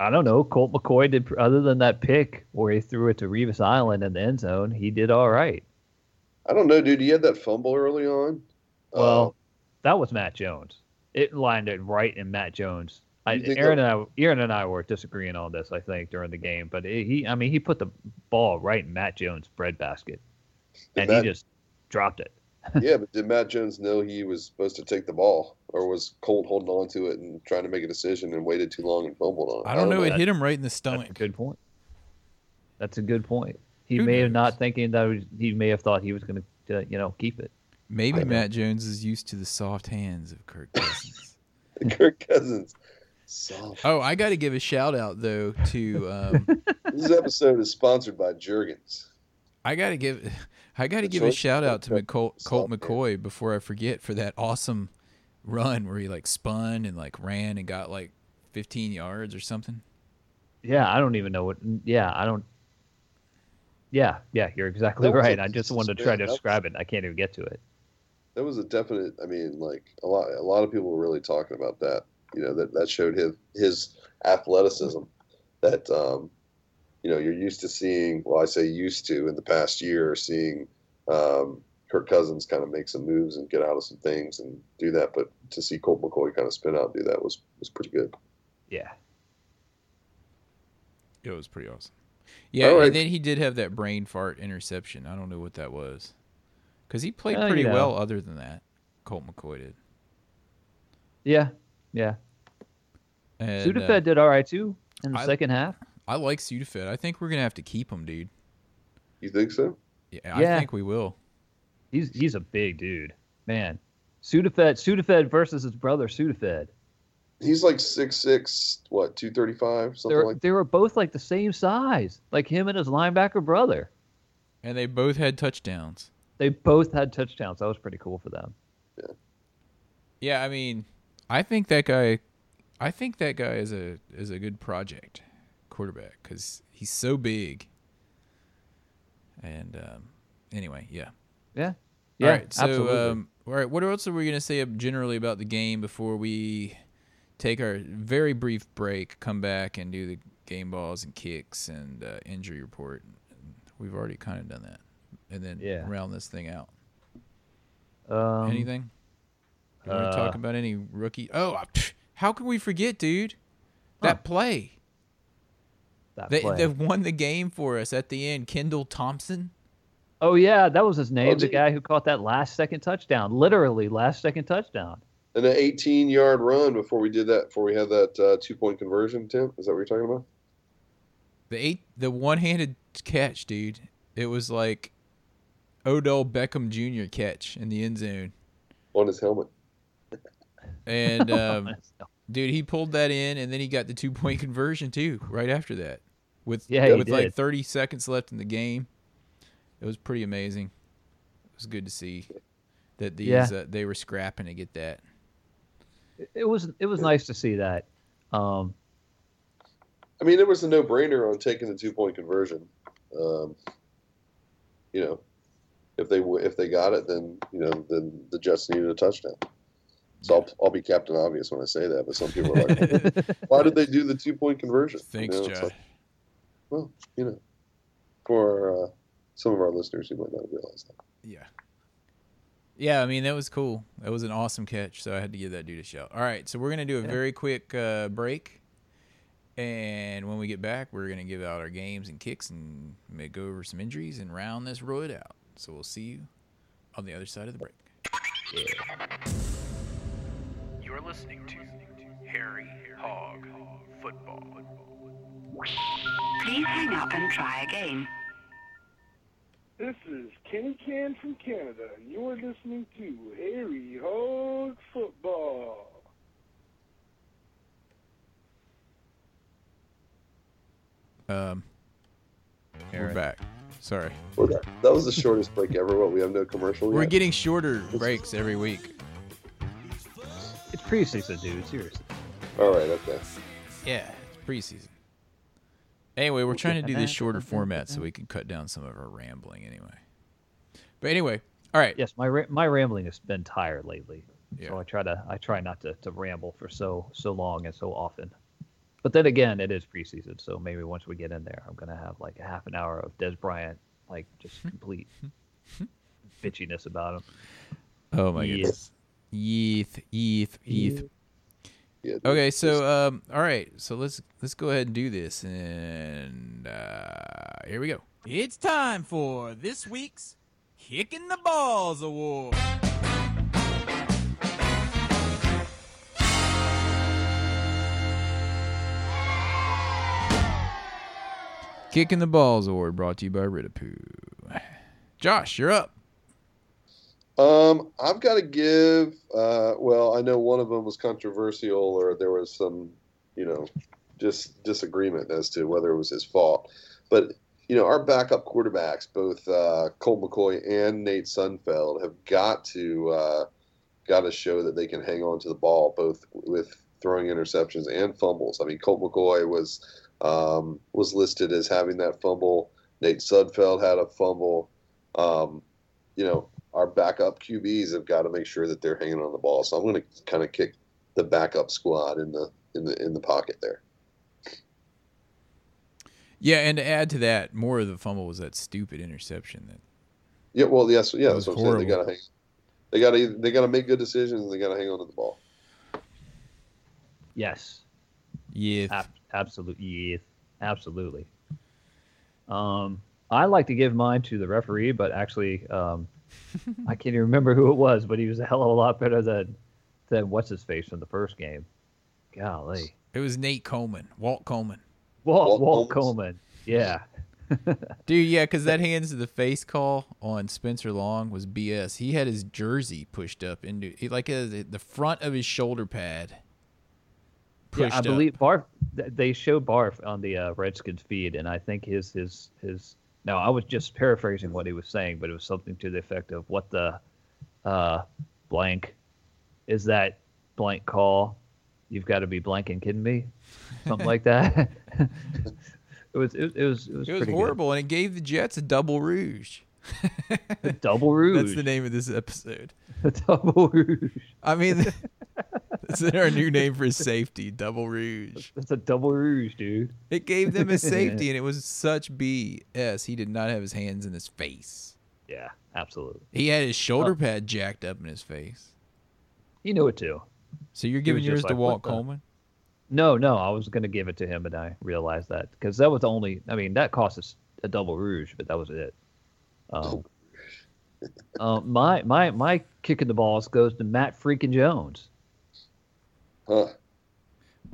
Speaker 3: I don't know. Colt McCoy did, other than that pick where he threw it to Revis Island in the end zone, he did all right.
Speaker 2: I don't know, dude. He had that fumble early on.
Speaker 3: Well, Um, that was Matt Jones. It lined it right in Matt Jones. I,
Speaker 2: You think
Speaker 3: Aaron and I, Aaron and I were disagreeing on this, I think, during the game. But it, he, I mean, he put the ball right in Matt Jones' breadbasket,
Speaker 2: Did
Speaker 3: and
Speaker 2: Matt-
Speaker 3: he just dropped it.
Speaker 2: Uh, yeah, but did Matt Jones know he was supposed to take the ball, or was Colt holding on to it and trying to make a decision and waited too long and fumbled on it? Oh,
Speaker 1: I don't know. It
Speaker 3: that-
Speaker 1: hit him right in the
Speaker 3: That's a
Speaker 1: stomach.
Speaker 3: good point. That's a good point. He
Speaker 1: Who
Speaker 3: may have
Speaker 1: knows?
Speaker 3: not thinking that he, was- he may have thought he was going to, you know, keep it.
Speaker 1: Maybe
Speaker 2: I know.
Speaker 1: Matt Jones is used to the soft hands of Kirk Cousins.
Speaker 2: Kirk Cousins. Soft.
Speaker 1: oh, I got to give a shout out though to um,
Speaker 2: This episode is sponsored by Jurgens.
Speaker 1: I got to give I got to
Speaker 2: The
Speaker 1: give a
Speaker 2: choice
Speaker 1: shout
Speaker 2: of
Speaker 1: out to
Speaker 2: Kirk
Speaker 1: McCol-
Speaker 2: Cousins,
Speaker 1: Colt
Speaker 2: soft hand.
Speaker 1: McCoy before I forget for that awesome run where he like spun and like ran and got like 15 yards or something.
Speaker 3: Yeah, I don't even know what. Yeah, I don't. Yeah, yeah, you're exactly
Speaker 2: That was a-
Speaker 3: right. I just wanted to try to
Speaker 2: that was-
Speaker 3: describe it. I can't even get to it.
Speaker 2: That was a definite. I mean, like a lot. A lot of people were really talking about that. You know that that showed his his athleticism. That um, you know you're used to seeing. Well, I say used to in the past year seeing um, Kirk Cousins kind of make some moves and get out of some things and do that. But to see Colt McCoy kind of spin out and do that was was pretty good.
Speaker 3: Yeah.
Speaker 1: It was pretty awesome. Yeah,
Speaker 2: Alright.
Speaker 1: and then he did have that brain fart interception. I don't know what that was. Cuz he played
Speaker 3: Well, you
Speaker 1: pretty
Speaker 3: know.
Speaker 1: well other than that. Colt McCoy did.
Speaker 3: Yeah. Yeah.
Speaker 1: And, uh,
Speaker 3: Sudafed did all right too in the
Speaker 1: I-
Speaker 3: second half.
Speaker 1: I like Sudafed. I think we're going to have to keep him, dude.
Speaker 2: You think so?
Speaker 1: Yeah, I
Speaker 3: Yeah.
Speaker 1: think we will.
Speaker 3: He's he's a big dude, man. Sudafed, Sudafed versus his brother Sudafed.
Speaker 2: He's like six six, what two thirty five, something
Speaker 3: They're,
Speaker 2: like.
Speaker 3: they were both like the same size, like him and his linebacker brother.
Speaker 1: And they both had touchdowns.
Speaker 3: They both had touchdowns. That was pretty cool for them.
Speaker 1: Yeah, I mean, I think that guy I think that guy is a is a good project quarterback cuz he's so big. And um anyway, yeah.
Speaker 3: Yeah. Yeah.
Speaker 1: all right, so
Speaker 3: absolutely.
Speaker 1: um, all right, what else are we going to say generally about the game before we take our very brief break, come back and do the game balls and kicks and uh, injury report? We've already kind of done that, and then
Speaker 3: Yeah.
Speaker 1: round this thing out.
Speaker 3: Um,
Speaker 1: Anything you want
Speaker 3: uh,
Speaker 1: to talk about? Any rookie? Oh, I- pff, how can we forget, dude? That play
Speaker 3: that
Speaker 1: that,
Speaker 3: play.
Speaker 1: that won the game for us at the end, Kendall Thompson.
Speaker 3: oh yeah, that was his name. the
Speaker 2: gee.
Speaker 3: guy who caught that last second touchdown, literally last second touchdown.
Speaker 2: And an 18 yard run before we did that, before we had that uh, two point conversion, Tim. Is that what you're talking about?
Speaker 1: The eight, the one-handed catch, dude. It was like Odell Beckham Jr. catch in the end zone,
Speaker 2: On his helmet.
Speaker 1: and um, dude, he pulled that in, and then he got the two-point conversion too right after that, with
Speaker 3: Yeah, he
Speaker 1: with like
Speaker 3: did.
Speaker 1: 30 seconds left in the game. It was pretty amazing. It was good to see that these
Speaker 3: Yeah.
Speaker 1: uh, they were scrapping to get that.
Speaker 3: it was it was nice to see that. Um,
Speaker 2: I mean, it was a no brainer on taking the two point conversion. Um, you know, if they w- if they got it, then you know, then the Jets needed a touchdown. So I'll, I'll be Captain Obvious when I say that, but some people are like, "Why did they do the two point conversion?"
Speaker 1: Thanks,
Speaker 2: you know, it's
Speaker 1: Josh.
Speaker 2: like, you know, for uh, some of our listeners who might not realize that.
Speaker 1: Yeah. Yeah, I mean that was cool. That was an awesome catch, so I had to give that dude a shout. All right, so we're gonna do a
Speaker 3: Yeah.
Speaker 1: very quick uh, break, and when we get back, we're gonna give out our games and kicks and may go over some injuries and round this roid out. So we'll see you on the other side of the break.
Speaker 4: You're listening to Harry Hog Football.
Speaker 5: Please hang up and try again. This is Kenny Can from Canada, and you're listening to Harry Hog Football.
Speaker 1: Um, we're back. Sorry.
Speaker 2: Well, that, that was the shortest break ever. What we have no commercial.
Speaker 1: We're
Speaker 2: yet?
Speaker 1: getting shorter breaks every week.
Speaker 3: It's preseason, dude. Seriously.
Speaker 2: All right. Okay.
Speaker 1: Yeah, it's preseason. Anyway, we're trying to do this shorter format so we can cut down some of our rambling anyway. But anyway, all right.
Speaker 3: Yes, my ra- my rambling has been tired lately,
Speaker 1: Yeah.
Speaker 3: so I try to I try not to, to ramble for so so long and so often. But then again, it is preseason, so maybe once we get in there, I'm gonna have like a half an hour of Des Bryant, like just complete bitchiness about him.
Speaker 1: Oh my
Speaker 3: Yeah.
Speaker 1: goodness. Yeeth, yeeth, yeeth.
Speaker 2: Yeah.
Speaker 1: Okay, so um, all right, so let's let's go ahead and do this, and uh, here we go.
Speaker 6: It's time for this week's Kicking the Balls Award.
Speaker 1: Kicking the balls award brought to you by Ritapoo. Josh, you're up.
Speaker 2: Um, I've got to give. Uh, well, I know one of them was controversial, or there was some, you know, just disagreement as to whether it was his fault. But you know, our backup quarterbacks, both uh, Cole McCoy and Nate Sunfeld, have got to uh, got to show that they can hang on to the ball, both with throwing interceptions and fumbles. I mean, Colt McCoy was um, was listed as having that fumble. Nate Sunfeld had a fumble. Um, you know, our backup QBs have got to make sure that they're hanging on the ball. So I'm going to kind of kick the backup squad in the in the in the pocket there.
Speaker 1: Yeah, and to add to that, more of the fumble was that stupid interception that
Speaker 2: Yeah, well, yes, yeah,
Speaker 1: That
Speaker 2: that's
Speaker 1: was
Speaker 2: what I'm saying. They
Speaker 1: horrible.
Speaker 2: got to hang. They got to they got to make good decisions. and They got to hang on to the ball.
Speaker 3: Yes,
Speaker 1: yeeth.
Speaker 3: Ab- absolutely, yes, absolutely. Um, I like to give mine to the referee, but actually, um, I can't even remember who it was, but he was a hell of a lot better than than what's his face from the first game. Golly,
Speaker 1: It was Nate Coleman, Walt Coleman.
Speaker 2: Walt
Speaker 3: Walt, Walt
Speaker 2: Coleman.
Speaker 3: Coleman. Yeah,
Speaker 1: Dude, yeah, because that hands to the face call on Spencer Long was BS. He had his jersey pushed up into he- like uh, the the front of his shoulder pad.
Speaker 3: yeah.
Speaker 1: Pushed
Speaker 3: I
Speaker 1: up.
Speaker 3: believe Barf. th- They showed Barf on the uh, Redskins feed, and I think his his his. No, I was just paraphrasing what he was saying, but it was something to the effect of what the uh, blank is that blank call. You've got to be blanking kidding me, something like that. it was it, it was it was
Speaker 1: It was
Speaker 3: pretty
Speaker 1: horrible, and it gave the Jets a double rouge.
Speaker 3: Good. Double rouge.
Speaker 1: That's the name of this episode.
Speaker 3: Double rouge.
Speaker 1: I mean, that's our new name for safety, double rouge.
Speaker 3: That's a double rouge, dude.
Speaker 1: It gave them a safety, and it was such BS. He did not have his hands in his face.
Speaker 3: Yeah, absolutely.
Speaker 1: He had his
Speaker 3: Oh.
Speaker 1: shoulder pad jacked up in his face.
Speaker 3: You knew it too.
Speaker 1: So you're
Speaker 3: He was
Speaker 1: giving yours
Speaker 3: just
Speaker 1: to
Speaker 3: like,
Speaker 1: Walt
Speaker 3: what the-
Speaker 1: Coleman?
Speaker 3: No, no, I was gonna give it to him, and I realized that because that was the only. I mean, that cost us a double rouge, but that was it. Um, uh, my my my kick in the balls goes to Matt freaking Jones.
Speaker 2: Huh.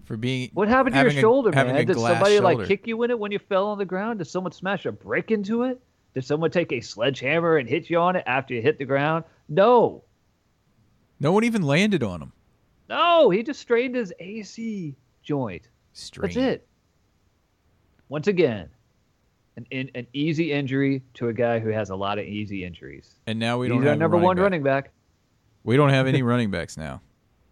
Speaker 1: for being
Speaker 3: What happened to
Speaker 1: Having
Speaker 3: your
Speaker 1: a-
Speaker 3: shoulder,
Speaker 1: having a
Speaker 3: man? Did
Speaker 1: glass
Speaker 3: somebody
Speaker 1: shoulder.
Speaker 3: like kick you in it when you fell on the ground? Did someone smash a brick into it? Did someone take a sledgehammer and hit you on it after you hit the ground? No,
Speaker 1: no one even landed on him.
Speaker 3: no, he just strained his AC joint.
Speaker 1: Strange.
Speaker 3: That's it. Once again, an, an, an easy injury to a guy who has a lot of easy injuries.
Speaker 1: And now we don't
Speaker 3: He's our
Speaker 1: have a
Speaker 3: number one
Speaker 1: back.
Speaker 3: running back.
Speaker 1: We don't have any running backs now.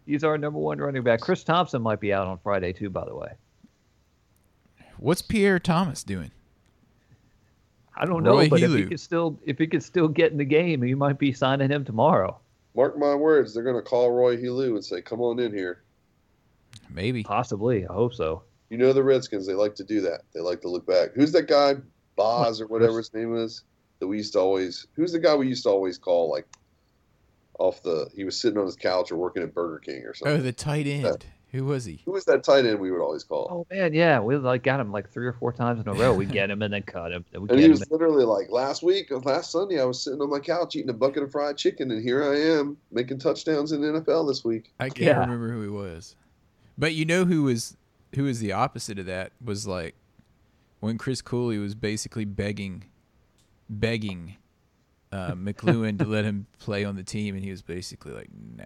Speaker 3: He's our number one running back. Chris Thompson might be out on Friday too, by the way.
Speaker 1: What's Pierre Thomas doing?
Speaker 3: I don't know,
Speaker 1: Roy
Speaker 3: but if he
Speaker 1: Helu.
Speaker 3: could still if he could still get in the game, you might be signing him tomorrow.
Speaker 2: Mark my words, they're going to call Roy Helu and say, "Come on in here."
Speaker 1: Maybe
Speaker 3: Uh, Possibly. I hope so.
Speaker 2: You know the Redskins; they like to do that. They like to look back. Who's that guy, Boz or whatever his name is, that we used to always? Who's the guy we used to always call like off the? He was sitting on his couch or working at Burger King or something.
Speaker 1: Oh, the tight
Speaker 3: uh,
Speaker 1: end. Who was he?
Speaker 2: Who was that tight end we would always call?
Speaker 3: Oh man, yeah. We like got him like three or four times in a row. We get him and then cut him. then we
Speaker 2: And
Speaker 3: get
Speaker 2: he
Speaker 3: him
Speaker 2: was literally like, last week, last Sunday, I was sitting on my couch eating a bucket of fried chicken, and here I am making touchdowns in the NFL this week.
Speaker 1: I can't
Speaker 3: Yeah.
Speaker 1: remember who he was. But you know who was who was the opposite of that was like when Chris Cooley was basically begging begging uh, McLuhan to let him play on the team, and he was basically like, "Nah,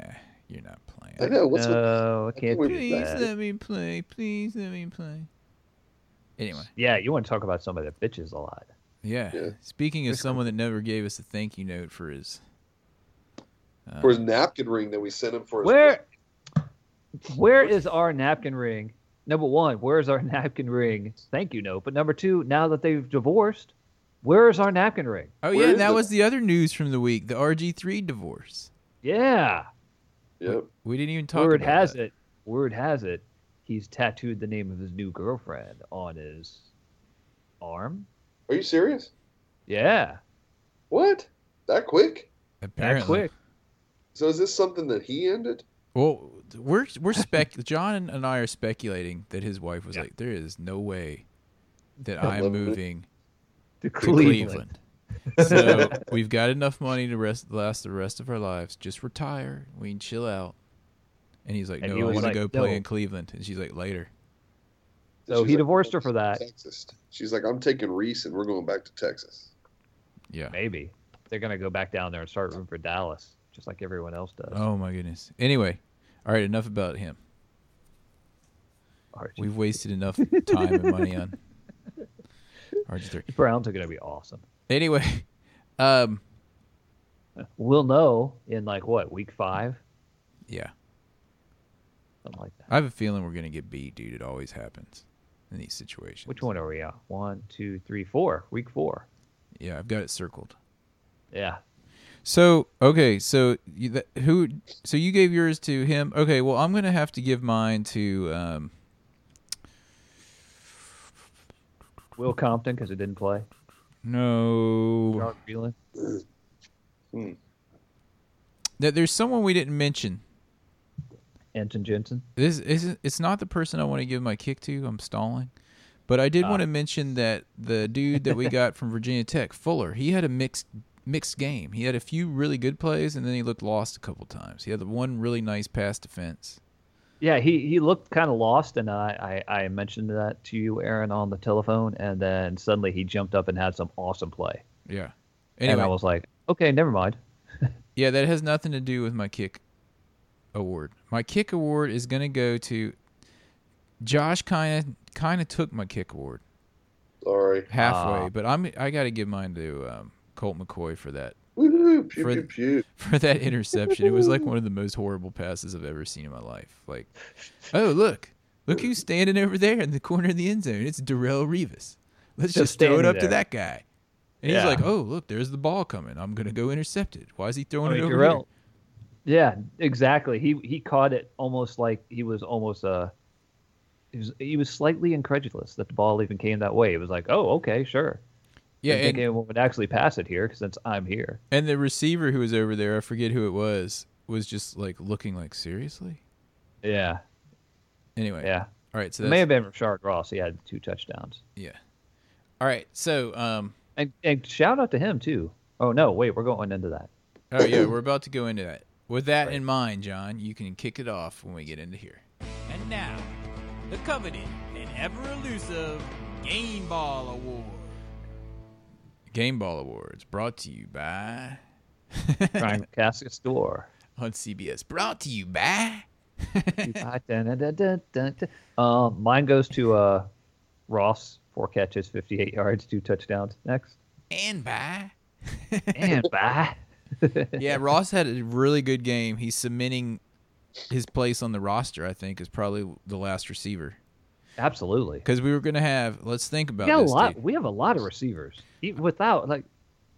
Speaker 1: you're not
Speaker 2: I
Speaker 1: playing.
Speaker 2: know. What's with
Speaker 3: no, I can't
Speaker 2: think
Speaker 3: do
Speaker 2: we-
Speaker 1: Please
Speaker 3: that.
Speaker 1: let me play. Please let me play." Anyway,
Speaker 3: Yeah, you want to talk about somebody that bitches a lot.
Speaker 1: yeah.
Speaker 2: Yeah.
Speaker 1: Speaking of someone that never gave us a thank you note for his, uh,
Speaker 2: for his napkin ring that we sent him for? his-
Speaker 3: Where, where is our napkin ring? Number one, where is our napkin ring? Thank you, no. But number two, now that they've divorced, where is our napkin ring?
Speaker 1: oh
Speaker 2: where
Speaker 1: yeah,
Speaker 2: is
Speaker 1: that
Speaker 2: it?
Speaker 1: was the other news from the week: the RG three divorce.
Speaker 3: Yeah,
Speaker 2: Yep.
Speaker 1: We didn't even talk.
Speaker 3: word
Speaker 1: about
Speaker 3: has
Speaker 1: that.
Speaker 3: it. Word has it. He's tattooed the name of his new girlfriend on his arm.
Speaker 2: Are you serious?
Speaker 3: Yeah,
Speaker 2: What? That quick?
Speaker 1: Apparently,
Speaker 3: that quick.
Speaker 2: So is this something that he ended?
Speaker 1: Well, we're we're spec. John and I are speculating that his wife was
Speaker 3: Yeah.
Speaker 1: like, "There is no way that
Speaker 2: I
Speaker 1: I'm
Speaker 2: love it.
Speaker 1: moving to
Speaker 3: To
Speaker 1: Cleveland." so we've got enough money to rest last the rest of our lives. Just retire. We can chill out. And he's like,
Speaker 3: And
Speaker 1: "No,
Speaker 3: he
Speaker 1: I
Speaker 3: was
Speaker 1: want to
Speaker 3: like,
Speaker 1: go play
Speaker 3: "No."
Speaker 1: in Cleveland." And she's like, "Later."
Speaker 3: So
Speaker 2: She's
Speaker 3: he
Speaker 2: like,
Speaker 3: divorced
Speaker 2: "I'm
Speaker 3: her for
Speaker 2: going
Speaker 3: that.
Speaker 2: to Texas. She's like, I'm taking Reese and we're going back to Texas.
Speaker 1: Yeah.
Speaker 3: Maybe they're gonna go back down there and start rooting for Dallas, just like everyone else does.
Speaker 1: Oh my goodness. Anyway, all right. Enough about him.
Speaker 3: Archie.
Speaker 1: We've wasted enough time and money on. RG3.
Speaker 3: The Browns are gonna be awesome.
Speaker 1: Anyway, um,
Speaker 3: We'll know in like what week five,
Speaker 1: yeah.
Speaker 3: something like that.
Speaker 1: I have a feeling we're gonna get beat, dude. It always happens in these situations.
Speaker 3: Which one are we on? One, two, three, four. Week four.
Speaker 1: Yeah, I've got it circled.
Speaker 3: Yeah.
Speaker 1: So okay, so you, that, who? So you gave yours to him. Okay, well I'm gonna have to give mine to. Um,
Speaker 3: Will Compton because it didn't play.
Speaker 1: no,
Speaker 3: John Phelan.
Speaker 1: that there's someone we didn't mention.
Speaker 3: Anton Jensen.
Speaker 1: This isn't. It's not the person I want to give my kick to. I'm stalling, but I did
Speaker 3: Ah.
Speaker 1: want to mention that the dude that we got from Virginia Tech, Fuller, he had a mixed mixed game. He had a few really good plays, and then he looked lost a couple times. He had the one really nice pass defense.
Speaker 3: Yeah, he, he looked kind of lost, and I, I, I mentioned that to you, Aaron, on the telephone, and then suddenly he jumped up and had some awesome play,
Speaker 1: Yeah.
Speaker 3: and
Speaker 1: Anyway,
Speaker 3: I was like, okay, never mind.
Speaker 1: Yeah, that has nothing to do with my kick award. My kick award is going to go to Josh. Kind of, kind of took my kick award
Speaker 2: Sorry.
Speaker 1: halfway,
Speaker 3: Ah.
Speaker 1: but I'm I got to give mine to um, Colt McCoy for that
Speaker 2: Woo-hoo, pew,
Speaker 1: For-
Speaker 2: pew, pew.
Speaker 1: for that interception. it was like one of the most horrible passes I've ever seen in my life. Like, oh look, look who's standing over there in the corner of the end zone. It's Darrell Revis. Let's just
Speaker 3: Just
Speaker 1: throw it
Speaker 3: standing
Speaker 1: up to
Speaker 3: there.
Speaker 1: that guy. And
Speaker 3: Yeah.
Speaker 1: he's like, oh look, there's the ball coming. I'm gonna go intercept it. Why is he throwing it
Speaker 3: I mean,
Speaker 1: over here?
Speaker 3: Darrell- Yeah, exactly. He he caught it almost like he was almost uh he was he was slightly incredulous that the ball even came that way. It was like, oh, okay, sure.
Speaker 1: Yeah,
Speaker 3: Didn't
Speaker 1: and-
Speaker 3: think anyone would actually pass it here since I'm here.
Speaker 1: And the receiver who was over there, I forget who it was, was just like looking like seriously.
Speaker 3: Yeah,
Speaker 1: Anyway,
Speaker 3: yeah.
Speaker 1: All right, so
Speaker 3: It
Speaker 1: that's,
Speaker 3: may have been Rashard Ross. He had two touchdowns.
Speaker 1: yeah. All right, so um,
Speaker 3: And and shout out to him too. Oh no, wait, we're going into that.
Speaker 1: oh yeah, we're about to go into that. With that in mind, John, you can kick it off when we get into here.
Speaker 6: And now, the coveted and ever elusive Game Ball Award.
Speaker 1: Game Ball Awards brought to you by
Speaker 3: Brian Casca store.
Speaker 1: on CBS. Brought to you by.
Speaker 3: Uh, mine goes to uh, Ross. Four catches, 58 yards, two touchdowns. Next.
Speaker 1: And by.
Speaker 3: And bye.
Speaker 1: yeah, Ross had a really good game. He's cementing his place on the roster. I think is probably the last receiver
Speaker 3: Absolutely.
Speaker 1: because we were gonna have. Let's think about
Speaker 3: We got a
Speaker 1: this.
Speaker 3: lot.
Speaker 1: dude.
Speaker 3: We have a lot of receivers. E- Without like,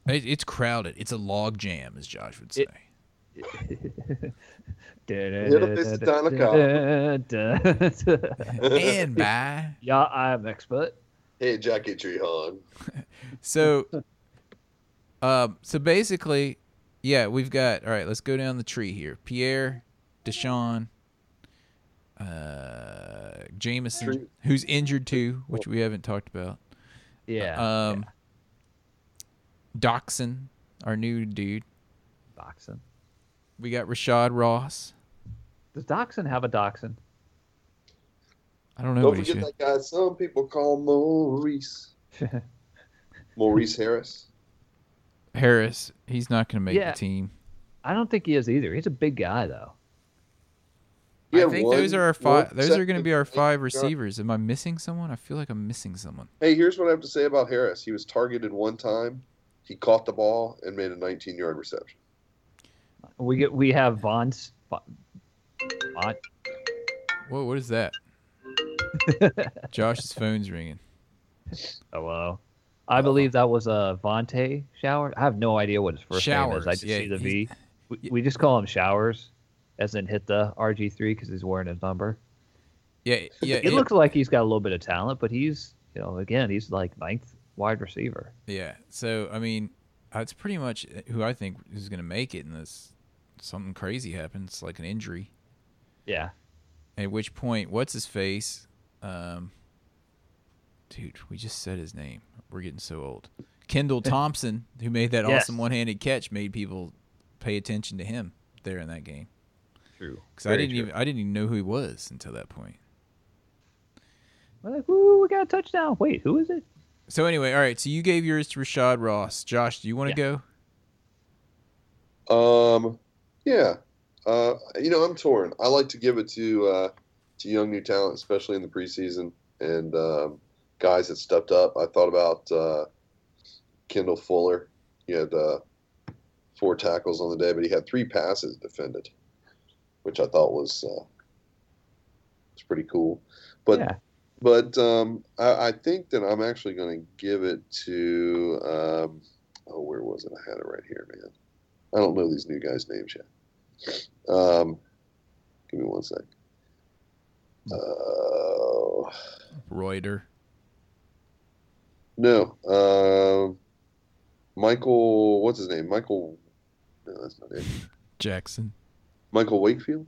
Speaker 1: It, it's crowded. It's a log jam, as Josh would say.
Speaker 3: It-
Speaker 2: Little Miss
Speaker 1: and by
Speaker 3: yeah, I'm expert.
Speaker 2: Hey, Jackie Trehan.
Speaker 1: so, um, so basically, yeah, we've got. All right, let's go down the tree here. Pierre, Deshaun, uh, Jameson,
Speaker 2: Tree.
Speaker 1: who's injured too, which we haven't talked about.
Speaker 3: Yeah,
Speaker 1: Um, Doxson, our new dude.
Speaker 3: Dachshund.
Speaker 1: We got Rashad Ross.
Speaker 3: Does Dachshund have a Dachshund?
Speaker 1: I don't know what
Speaker 2: Don't
Speaker 1: he
Speaker 2: forget
Speaker 1: should.
Speaker 2: that guy. Some people call Maurice. Maurice Harris.
Speaker 1: Harris, he's not going to make
Speaker 3: Yeah.
Speaker 1: the team.
Speaker 3: I don't think he is either. He's a big guy though.
Speaker 2: Yeah,
Speaker 1: I think
Speaker 2: one-
Speaker 1: those are our five.
Speaker 2: one
Speaker 1: Those are going to be our
Speaker 2: second-
Speaker 1: five receivers. Am I missing someone? I feel like I'm missing someone.
Speaker 2: Hey, here's what I have to say about Harris. He was targeted one time. He caught the ball and made a 19-yard reception.
Speaker 3: We get we have Vaughn's. Va- Vaughn,
Speaker 1: Whoa, what is that? Josh's phone's ringing.
Speaker 3: hello. oh,
Speaker 1: Uh-huh.
Speaker 3: I believe that was a Vontae shower. I have no idea what his first name
Speaker 1: Showers,
Speaker 3: is. I just
Speaker 1: yeah,
Speaker 3: see the
Speaker 1: he's-
Speaker 3: V. We, we just call him Showers, as in hit the RG three because he's wearing his number.
Speaker 1: Yeah, yeah.
Speaker 3: It, looks like he's got a little bit of talent, but he's you know again he's like ninth wide receiver.
Speaker 1: Yeah. So I mean, that's pretty much who I think is going to make it unless something crazy happens, like an injury.
Speaker 3: Yeah,
Speaker 1: At which point, what's his face? Um, dude, we just said his name. We're getting so old. Kendall Thompson, who made that
Speaker 3: Yes.
Speaker 1: awesome one-handed catch, made people pay attention to him there in that game
Speaker 3: true.
Speaker 1: because I didn't even I didn't even know who he was until that point.
Speaker 3: We're like, woo, we got a touchdown. Wait, who is it?
Speaker 1: So anyway, all right. So you gave yours to Rashad Ross. Josh, do you want
Speaker 3: Yeah.
Speaker 1: to go?
Speaker 2: Um, yeah. Uh, you know, I'm torn. I like to give it to uh, to young new talent, especially in the preseason, and um, guys that stepped up. I thought about uh, Kendall Fuller. He had uh, four tackles on the day, but he had three passes defended, which I thought was uh, was pretty cool. But
Speaker 3: yeah,
Speaker 2: but um, I, I think that I'm actually going to give it to. Um, oh, where was it? I had it right here, man. I don't know these new guys' names yet. Um, give me one sec. Uh,
Speaker 1: Reuter.
Speaker 2: no, um, Michael. What's his name? Michael. No, that's not it.
Speaker 1: Jackson.
Speaker 2: Michael Wakefield.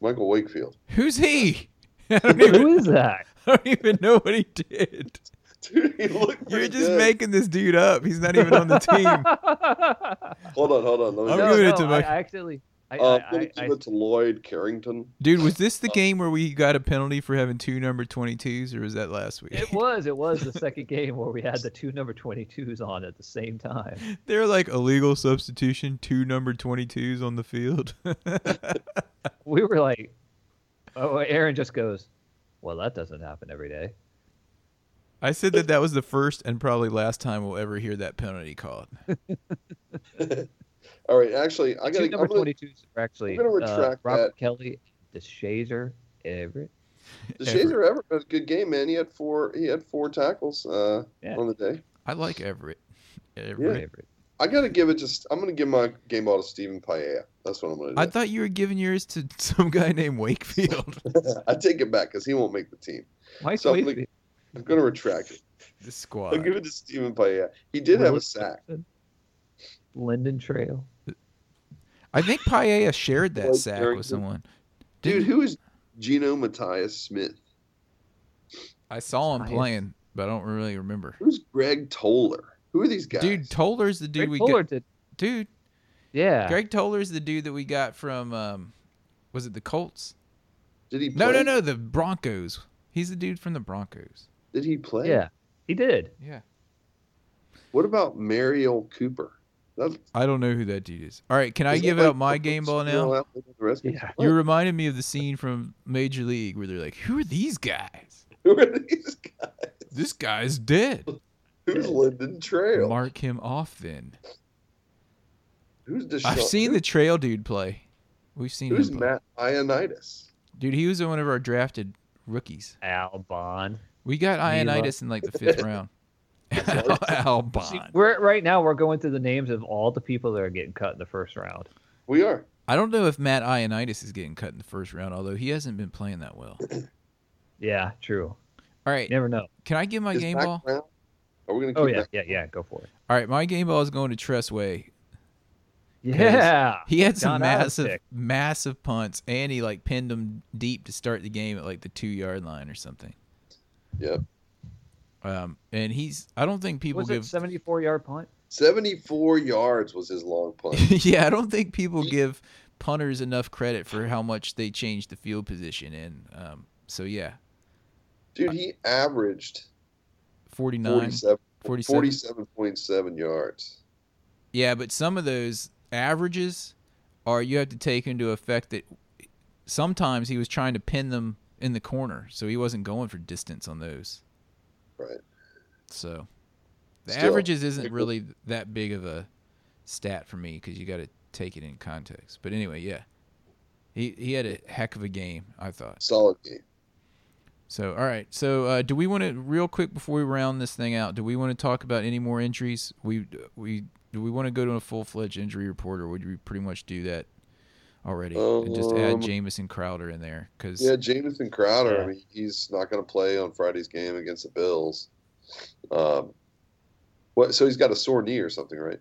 Speaker 2: Michael Wakefield.
Speaker 1: Who's he? I don't even,
Speaker 3: who is that?
Speaker 1: I don't even know what he did.
Speaker 2: Dude, he looked
Speaker 1: You're
Speaker 2: pretty
Speaker 1: just
Speaker 2: good.
Speaker 1: making this dude up. He's not even on the team.
Speaker 2: Hold on, hold on. Let me
Speaker 1: I'm
Speaker 2: get-
Speaker 1: giving it to
Speaker 3: I,
Speaker 1: my-
Speaker 3: I actually, I,
Speaker 2: uh, let
Speaker 3: I,
Speaker 2: me
Speaker 3: I, I,
Speaker 2: give it to Lloyd Carrington.
Speaker 1: Dude, was this the game where we got a penalty for having two number 22s, or was that last week?
Speaker 3: it was, it was the second game where we had the two number twenty twos on at the same time.
Speaker 1: They're like illegal substitution, two number 22s on the field.
Speaker 3: We were like, oh, Aaron just goes, well, that doesn't happen every day.
Speaker 1: I said that that was the first and probably last time we'll ever hear that penalty called.
Speaker 2: All right, actually, I
Speaker 3: The
Speaker 2: got
Speaker 3: two number
Speaker 2: to
Speaker 3: twenty twos are actually
Speaker 2: I'm gonna
Speaker 3: uh,
Speaker 2: retract
Speaker 3: Robert Kelly, the Shazer, Everett.
Speaker 2: The
Speaker 1: Everett.
Speaker 2: Shazer Everett had a good game, man. He had four. He had four tackles uh,
Speaker 3: Yeah.
Speaker 2: on the day.
Speaker 1: I like Everett. Everett.
Speaker 3: Everett.
Speaker 2: I gotta give it. Just I'm gonna give my game ball to Stephen Paella. That's what I'm gonna do.
Speaker 1: I
Speaker 2: I,
Speaker 1: thought you were giving yours to some guy named Wakefield.
Speaker 2: take it back because he won't make the team.
Speaker 3: Mike
Speaker 2: So I'm like-
Speaker 3: Wakefield.
Speaker 2: I'm gonna retract it.
Speaker 1: the
Speaker 2: I'll
Speaker 1: squad.
Speaker 2: give it to Stephen Paella. He did have a sack.
Speaker 3: Linden Trail.
Speaker 1: I think Paella shared that
Speaker 2: Lloyd
Speaker 1: sack
Speaker 2: Carrington.
Speaker 1: with someone.
Speaker 2: Dude, who is Gino Matthias Smith?
Speaker 1: I saw him
Speaker 3: Paella.
Speaker 1: playing, but I don't really remember.
Speaker 2: Who's Greg Toller? Who are these guys?
Speaker 1: Dude, Toller's the dude
Speaker 3: Greg
Speaker 1: we
Speaker 3: Fuller
Speaker 1: got.
Speaker 3: did.
Speaker 1: Dude,
Speaker 3: Yeah.
Speaker 1: Greg Toller's the dude that we got from um was it the Colts?
Speaker 2: did he? Play?
Speaker 1: No, no, no, the Broncos. He's the dude from the Broncos.
Speaker 2: Did he play?
Speaker 3: yeah, he did.
Speaker 1: Yeah.
Speaker 2: What about Mariel Cooper? That's,
Speaker 1: I don't know who that dude is. All right, can I
Speaker 2: is that
Speaker 1: give
Speaker 2: like
Speaker 1: out my
Speaker 2: the uh,
Speaker 1: game
Speaker 2: first
Speaker 1: ball
Speaker 2: female
Speaker 1: now?
Speaker 2: athlete of the Redskins?
Speaker 3: Yeah.
Speaker 1: You reminded me of the scene from Major League where they're like, "Who are these guys?
Speaker 2: Who are these guys?
Speaker 1: This guy's dead.
Speaker 2: Who's Lyndon Trail?
Speaker 1: Mark him off." Then
Speaker 2: Who's Deshaun?
Speaker 1: I've seen the Trail dude play. We've seen
Speaker 2: Who's
Speaker 1: him play.
Speaker 2: Matt Ioannidis?
Speaker 1: Dude, he was one of our drafted rookies.
Speaker 3: Albon.
Speaker 1: We got
Speaker 3: Mila.
Speaker 1: Ionitis in like the fifth round.
Speaker 3: See,
Speaker 1: Albon.
Speaker 3: we're right now. We're going through the names of all the people that are getting cut in the first round.
Speaker 2: We are.
Speaker 1: I don't know if Matt Ioannidis is getting cut in the first round, although he hasn't been playing that well.
Speaker 3: Yeah, true.
Speaker 1: All
Speaker 3: You
Speaker 1: right,
Speaker 3: never know.
Speaker 1: can I give my
Speaker 2: Is
Speaker 1: game
Speaker 2: Mac
Speaker 1: ball?
Speaker 2: Brown- Are we going to
Speaker 3: Oh
Speaker 2: keep
Speaker 3: yeah,
Speaker 2: Mac-
Speaker 3: yeah, yeah. Go for it.
Speaker 1: All right, my game ball is going to Tressway.
Speaker 3: Yeah.
Speaker 1: He had some
Speaker 3: John Adams
Speaker 1: massive,
Speaker 3: pick.
Speaker 1: massive punts, and he like pinned them deep to start the game at like the two yard line or something.
Speaker 2: Yep.
Speaker 1: Um, and he's I don't think people
Speaker 3: Was it
Speaker 1: give
Speaker 3: 74 yard punt?
Speaker 2: 74 yards was his long punt.
Speaker 1: yeah, I don't think people give punters enough credit for how much they change the field position in. Um, so yeah,
Speaker 2: Dude, he averaged
Speaker 1: 49.
Speaker 2: 47,
Speaker 1: 47.
Speaker 2: 47.7 yards.
Speaker 1: Yeah, but some of those averages are you have to take into effect that sometimes he was trying to pin them in the corner, so he wasn't going for distance on those.
Speaker 2: Right.
Speaker 1: So the
Speaker 2: Still,
Speaker 1: averages isn't
Speaker 2: it-
Speaker 1: really that big of a stat for me because you got to take it in context. But anyway, yeah, he he had a heck of a game, I thought.
Speaker 2: Solid game.
Speaker 1: So, all right. So, uh, do we want to real quick before we round this thing out? Do we want to talk about any more injuries? We we do we want to go to a full fledged injury report, or would we pretty much do that already and just add
Speaker 2: Um,
Speaker 1: Jamison Crowder in there? Because
Speaker 2: Yeah, Jamison Crowder.
Speaker 3: Yeah.
Speaker 2: I mean, he's not going to play on Friday's game against the Bills. Um, what? So he's got a sore knee or something, right?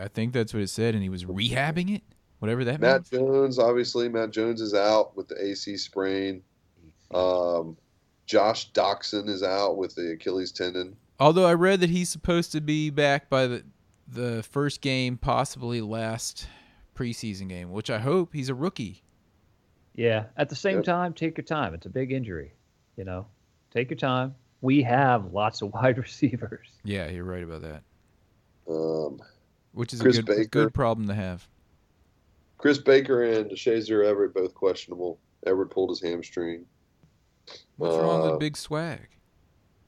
Speaker 1: I think that's what it said, and he was rehabbing it, whatever that means.
Speaker 2: Matt Jones, obviously, Matt Jones is out with the AC sprain. Um, Josh Doxson is out with the Achilles tendon.
Speaker 1: Although I read that he's supposed to be back by the the first game, possibly last preseason game, which I hope he's a rookie.
Speaker 3: Yeah. At the same
Speaker 2: Yep.
Speaker 3: time, take your time. It's a big injury. You know, take your time. We have lots of wide receivers.
Speaker 1: Yeah, you're right about that.
Speaker 2: Um,
Speaker 1: Which is
Speaker 2: Chris
Speaker 1: a good
Speaker 2: Baker.
Speaker 1: good problem to have.
Speaker 2: Chris Baker and Shazier Everett both questionable. Everett pulled his hamstring.
Speaker 1: What's wrong
Speaker 2: Uh,
Speaker 1: with Big Swag?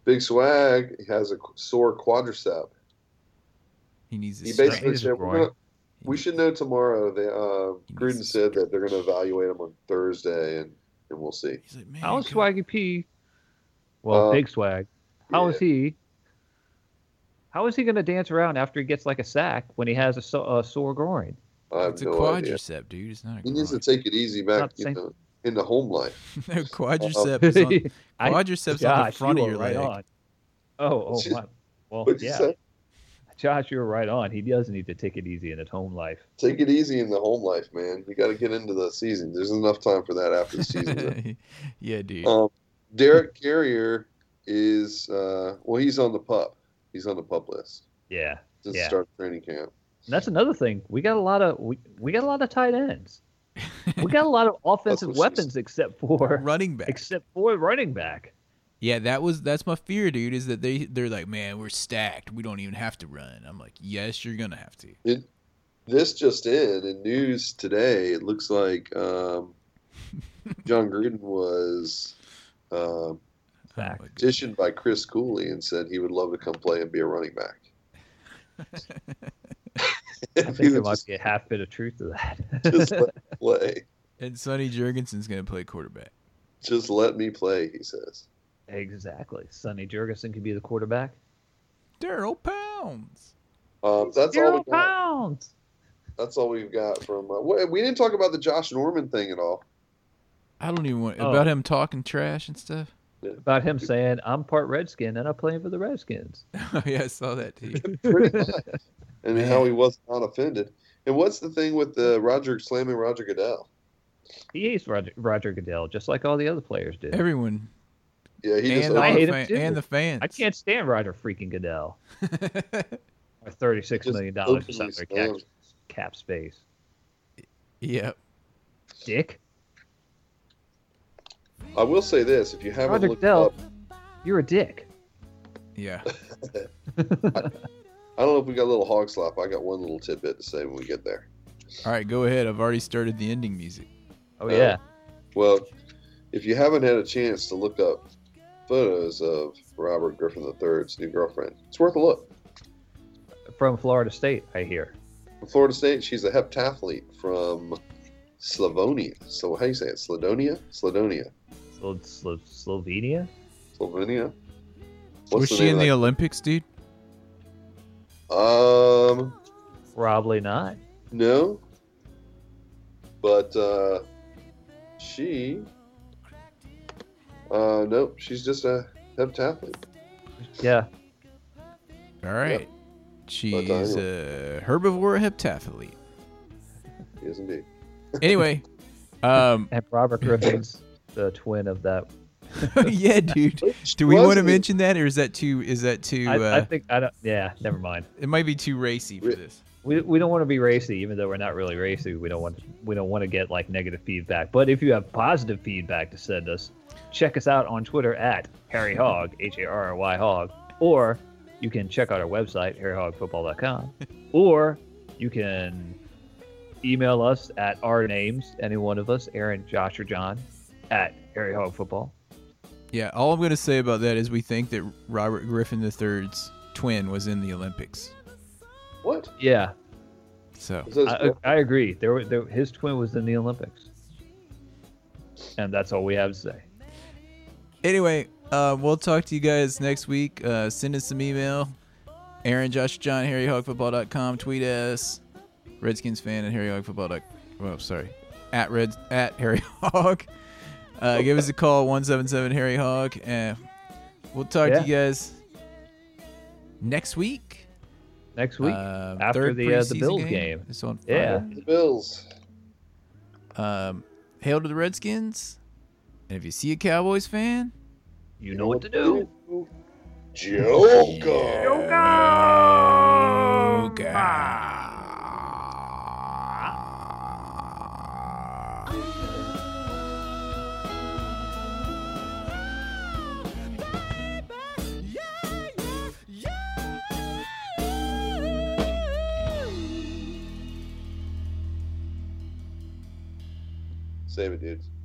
Speaker 2: Big Swag has a sore quadricep.
Speaker 1: He needs to
Speaker 2: He
Speaker 1: stretch.
Speaker 2: basically
Speaker 3: He's
Speaker 2: said,
Speaker 3: a
Speaker 2: "We're
Speaker 3: groin.
Speaker 2: gonna- "We should know tomorrow." They, uh, Gruden said that they're going to evaluate him on Thursday, and, and we'll see.
Speaker 1: He's like, man,
Speaker 3: How is
Speaker 1: come-
Speaker 3: Swaggy P? Well,
Speaker 2: Uh,
Speaker 3: Big Swag. How is
Speaker 2: Yeah.
Speaker 3: he? How is he going to dance around after he gets like a sack when he has a, so- a sore groin?
Speaker 2: I have
Speaker 1: It's a
Speaker 2: no idea.
Speaker 1: quadricep, dude. It's not a
Speaker 2: He needs to
Speaker 1: groin.
Speaker 2: take it easy back,
Speaker 3: Not the
Speaker 2: you
Speaker 3: same.
Speaker 2: know, in the home life.
Speaker 1: no quadriceps. is on,
Speaker 3: I-
Speaker 1: quadriceps on the
Speaker 3: Josh,
Speaker 1: front of
Speaker 3: you were
Speaker 1: your
Speaker 3: right
Speaker 1: leg.
Speaker 3: on. Oh, oh, my. well,
Speaker 2: What'd you
Speaker 3: yeah.
Speaker 2: say?
Speaker 3: Josh, you're right on. He does need to take it easy in his home life.
Speaker 2: Take it easy in the home life, man. You got to get into the season. There's enough time for that after the season.
Speaker 1: yeah, dude.
Speaker 2: um, Derek Carrier is uh, well, he's on the pup. He's on the pup list
Speaker 3: Yeah,
Speaker 2: since
Speaker 3: Yeah.
Speaker 2: the start of training camp.
Speaker 3: and that's another thing. We got a lot of we, we got a lot of tight ends. We got a lot of offensive
Speaker 2: That's what she
Speaker 3: weapons, except for
Speaker 1: Running back.
Speaker 3: except for running back.
Speaker 1: Yeah, that was that's my fear, dude. Is that they they're like, man, we're stacked. We don't even have to run. I'm like, yes, you're gonna have to. Oh
Speaker 2: This just in in news today, it looks like um, John Gruden was um,
Speaker 3: Fact.
Speaker 1: Oh my God.
Speaker 2: petitioned by Chris Cooley and said he would love to come play and be a running back.
Speaker 3: I
Speaker 2: If he
Speaker 3: think there
Speaker 2: would
Speaker 3: might
Speaker 2: just,
Speaker 3: be a half bit of truth to that.
Speaker 2: just let me play,
Speaker 1: And Sonny Jurgensen's gonna play quarterback.
Speaker 2: just let me play, he says.
Speaker 3: exactly. Sonny Jurgensen could be the quarterback.
Speaker 1: Daryl Pounds.
Speaker 2: Um, that's all
Speaker 3: Zero
Speaker 2: we got.
Speaker 3: pounds.
Speaker 2: That's all we've got from. Uh, we we didn't talk about the Josh Norman thing at all.
Speaker 1: I don't even want
Speaker 3: Oh.
Speaker 1: about him talking trash and stuff.
Speaker 3: About him saying, "I'm part Redskin and I'm playing for the Redskins."
Speaker 1: oh yeah, I saw that too.
Speaker 2: Pretty much. and how he was not offended. And what's the thing with the Roger slamming Roger Goodell?
Speaker 3: He hates Roger, Roger Goodell, just like all the other players did.
Speaker 1: Everyone
Speaker 2: Yeah, he just.
Speaker 1: and,
Speaker 3: I
Speaker 1: all the
Speaker 2: over-
Speaker 3: hate him
Speaker 1: fan-
Speaker 3: too.
Speaker 1: and the fans.
Speaker 3: I can't stand Roger freaking Goodell. Or thirty-six
Speaker 2: Just
Speaker 3: million dollars
Speaker 2: openly
Speaker 3: or something
Speaker 2: slammed.
Speaker 3: cap, cap space.
Speaker 1: yep.
Speaker 3: Dick,
Speaker 2: I will say this: if you haven't
Speaker 3: Roger
Speaker 2: looked
Speaker 3: Goodell,
Speaker 2: up,
Speaker 3: you're a dick.
Speaker 1: Yeah.
Speaker 2: I don't know if we got a little hog slop. I got one little tidbit to say when we get there.
Speaker 1: All right, go ahead. I've already started the ending music.
Speaker 3: Oh
Speaker 2: Uh,
Speaker 3: yeah,
Speaker 2: Well, if you haven't had a chance to look up photos of Robert Griffin III's new girlfriend, it's worth a look.
Speaker 3: from Florida State, I hear.
Speaker 2: From Florida State, she's a heptathlete from Slavonia. So how do you say it? Sladonia? Sladonia.
Speaker 3: Slo- Slo- Slovenia.
Speaker 2: Slovenia?
Speaker 1: was she in the
Speaker 2: of
Speaker 1: Olympics, dude?
Speaker 2: that- Um,
Speaker 3: Probably not.
Speaker 2: no. But uh, she... Uh, nope, she's just a heptathlete.
Speaker 3: Yeah,
Speaker 1: All right. She's
Speaker 2: But, uh,
Speaker 1: a herbivore heptathlete.
Speaker 2: Yes, indeed.
Speaker 1: Anyway, um,
Speaker 3: and Robert Griffin's the twin of that.
Speaker 1: yeah, dude. Do we
Speaker 2: Was
Speaker 1: want to
Speaker 2: it?
Speaker 1: mention that, or is that too? Is that too?
Speaker 3: I, I
Speaker 1: Uh,
Speaker 3: think I don't. Yeah, never mind.
Speaker 1: it might be too racy for
Speaker 2: Re-
Speaker 1: this.
Speaker 3: We, we don't want to be racy, even though we're not really racy. We don't want we don't want to get like negative feedback. But if you have positive feedback to send us, check us out on Twitter at Harry Hog H A R R Y Hog or you can check out our website, harryhogfootball.com, or you can email us at our names, any one of us, Aaron, Josh, or John, at Harry Hog Football.
Speaker 1: Yeah, all I'm going to say about that is we think that Robert Griffin III's twin was in the Olympics.
Speaker 2: What?
Speaker 3: Yeah,
Speaker 1: So,
Speaker 2: Is this-
Speaker 3: I, I agree. There, were- there, his twin was in the Olympics, and that's all we have to say.
Speaker 1: anyway, uh, we'll talk to you guys next week. Uh, send us some email. Aaron, Josh, John, HarryHogFootball.com. Tweet us. Redskins fan at HarryHogFootball.com. Oh, sorry. At Red at Harry Hog. Uh, give us a call one seven seven Harry Hog, and we'll talk
Speaker 3: Yeah.
Speaker 1: to you guys next week.
Speaker 3: Next week,
Speaker 1: Um,
Speaker 3: after
Speaker 1: third
Speaker 3: the, uh, the
Speaker 1: preseason
Speaker 3: Bills game.
Speaker 1: It's on
Speaker 3: Yeah.
Speaker 1: Friday.
Speaker 2: the Bills.
Speaker 1: Um, hail to the Redskins. And if you see a Cowboys fan,
Speaker 3: you know what to do.
Speaker 2: Joker.
Speaker 1: Oh,
Speaker 2: Save it, dudes.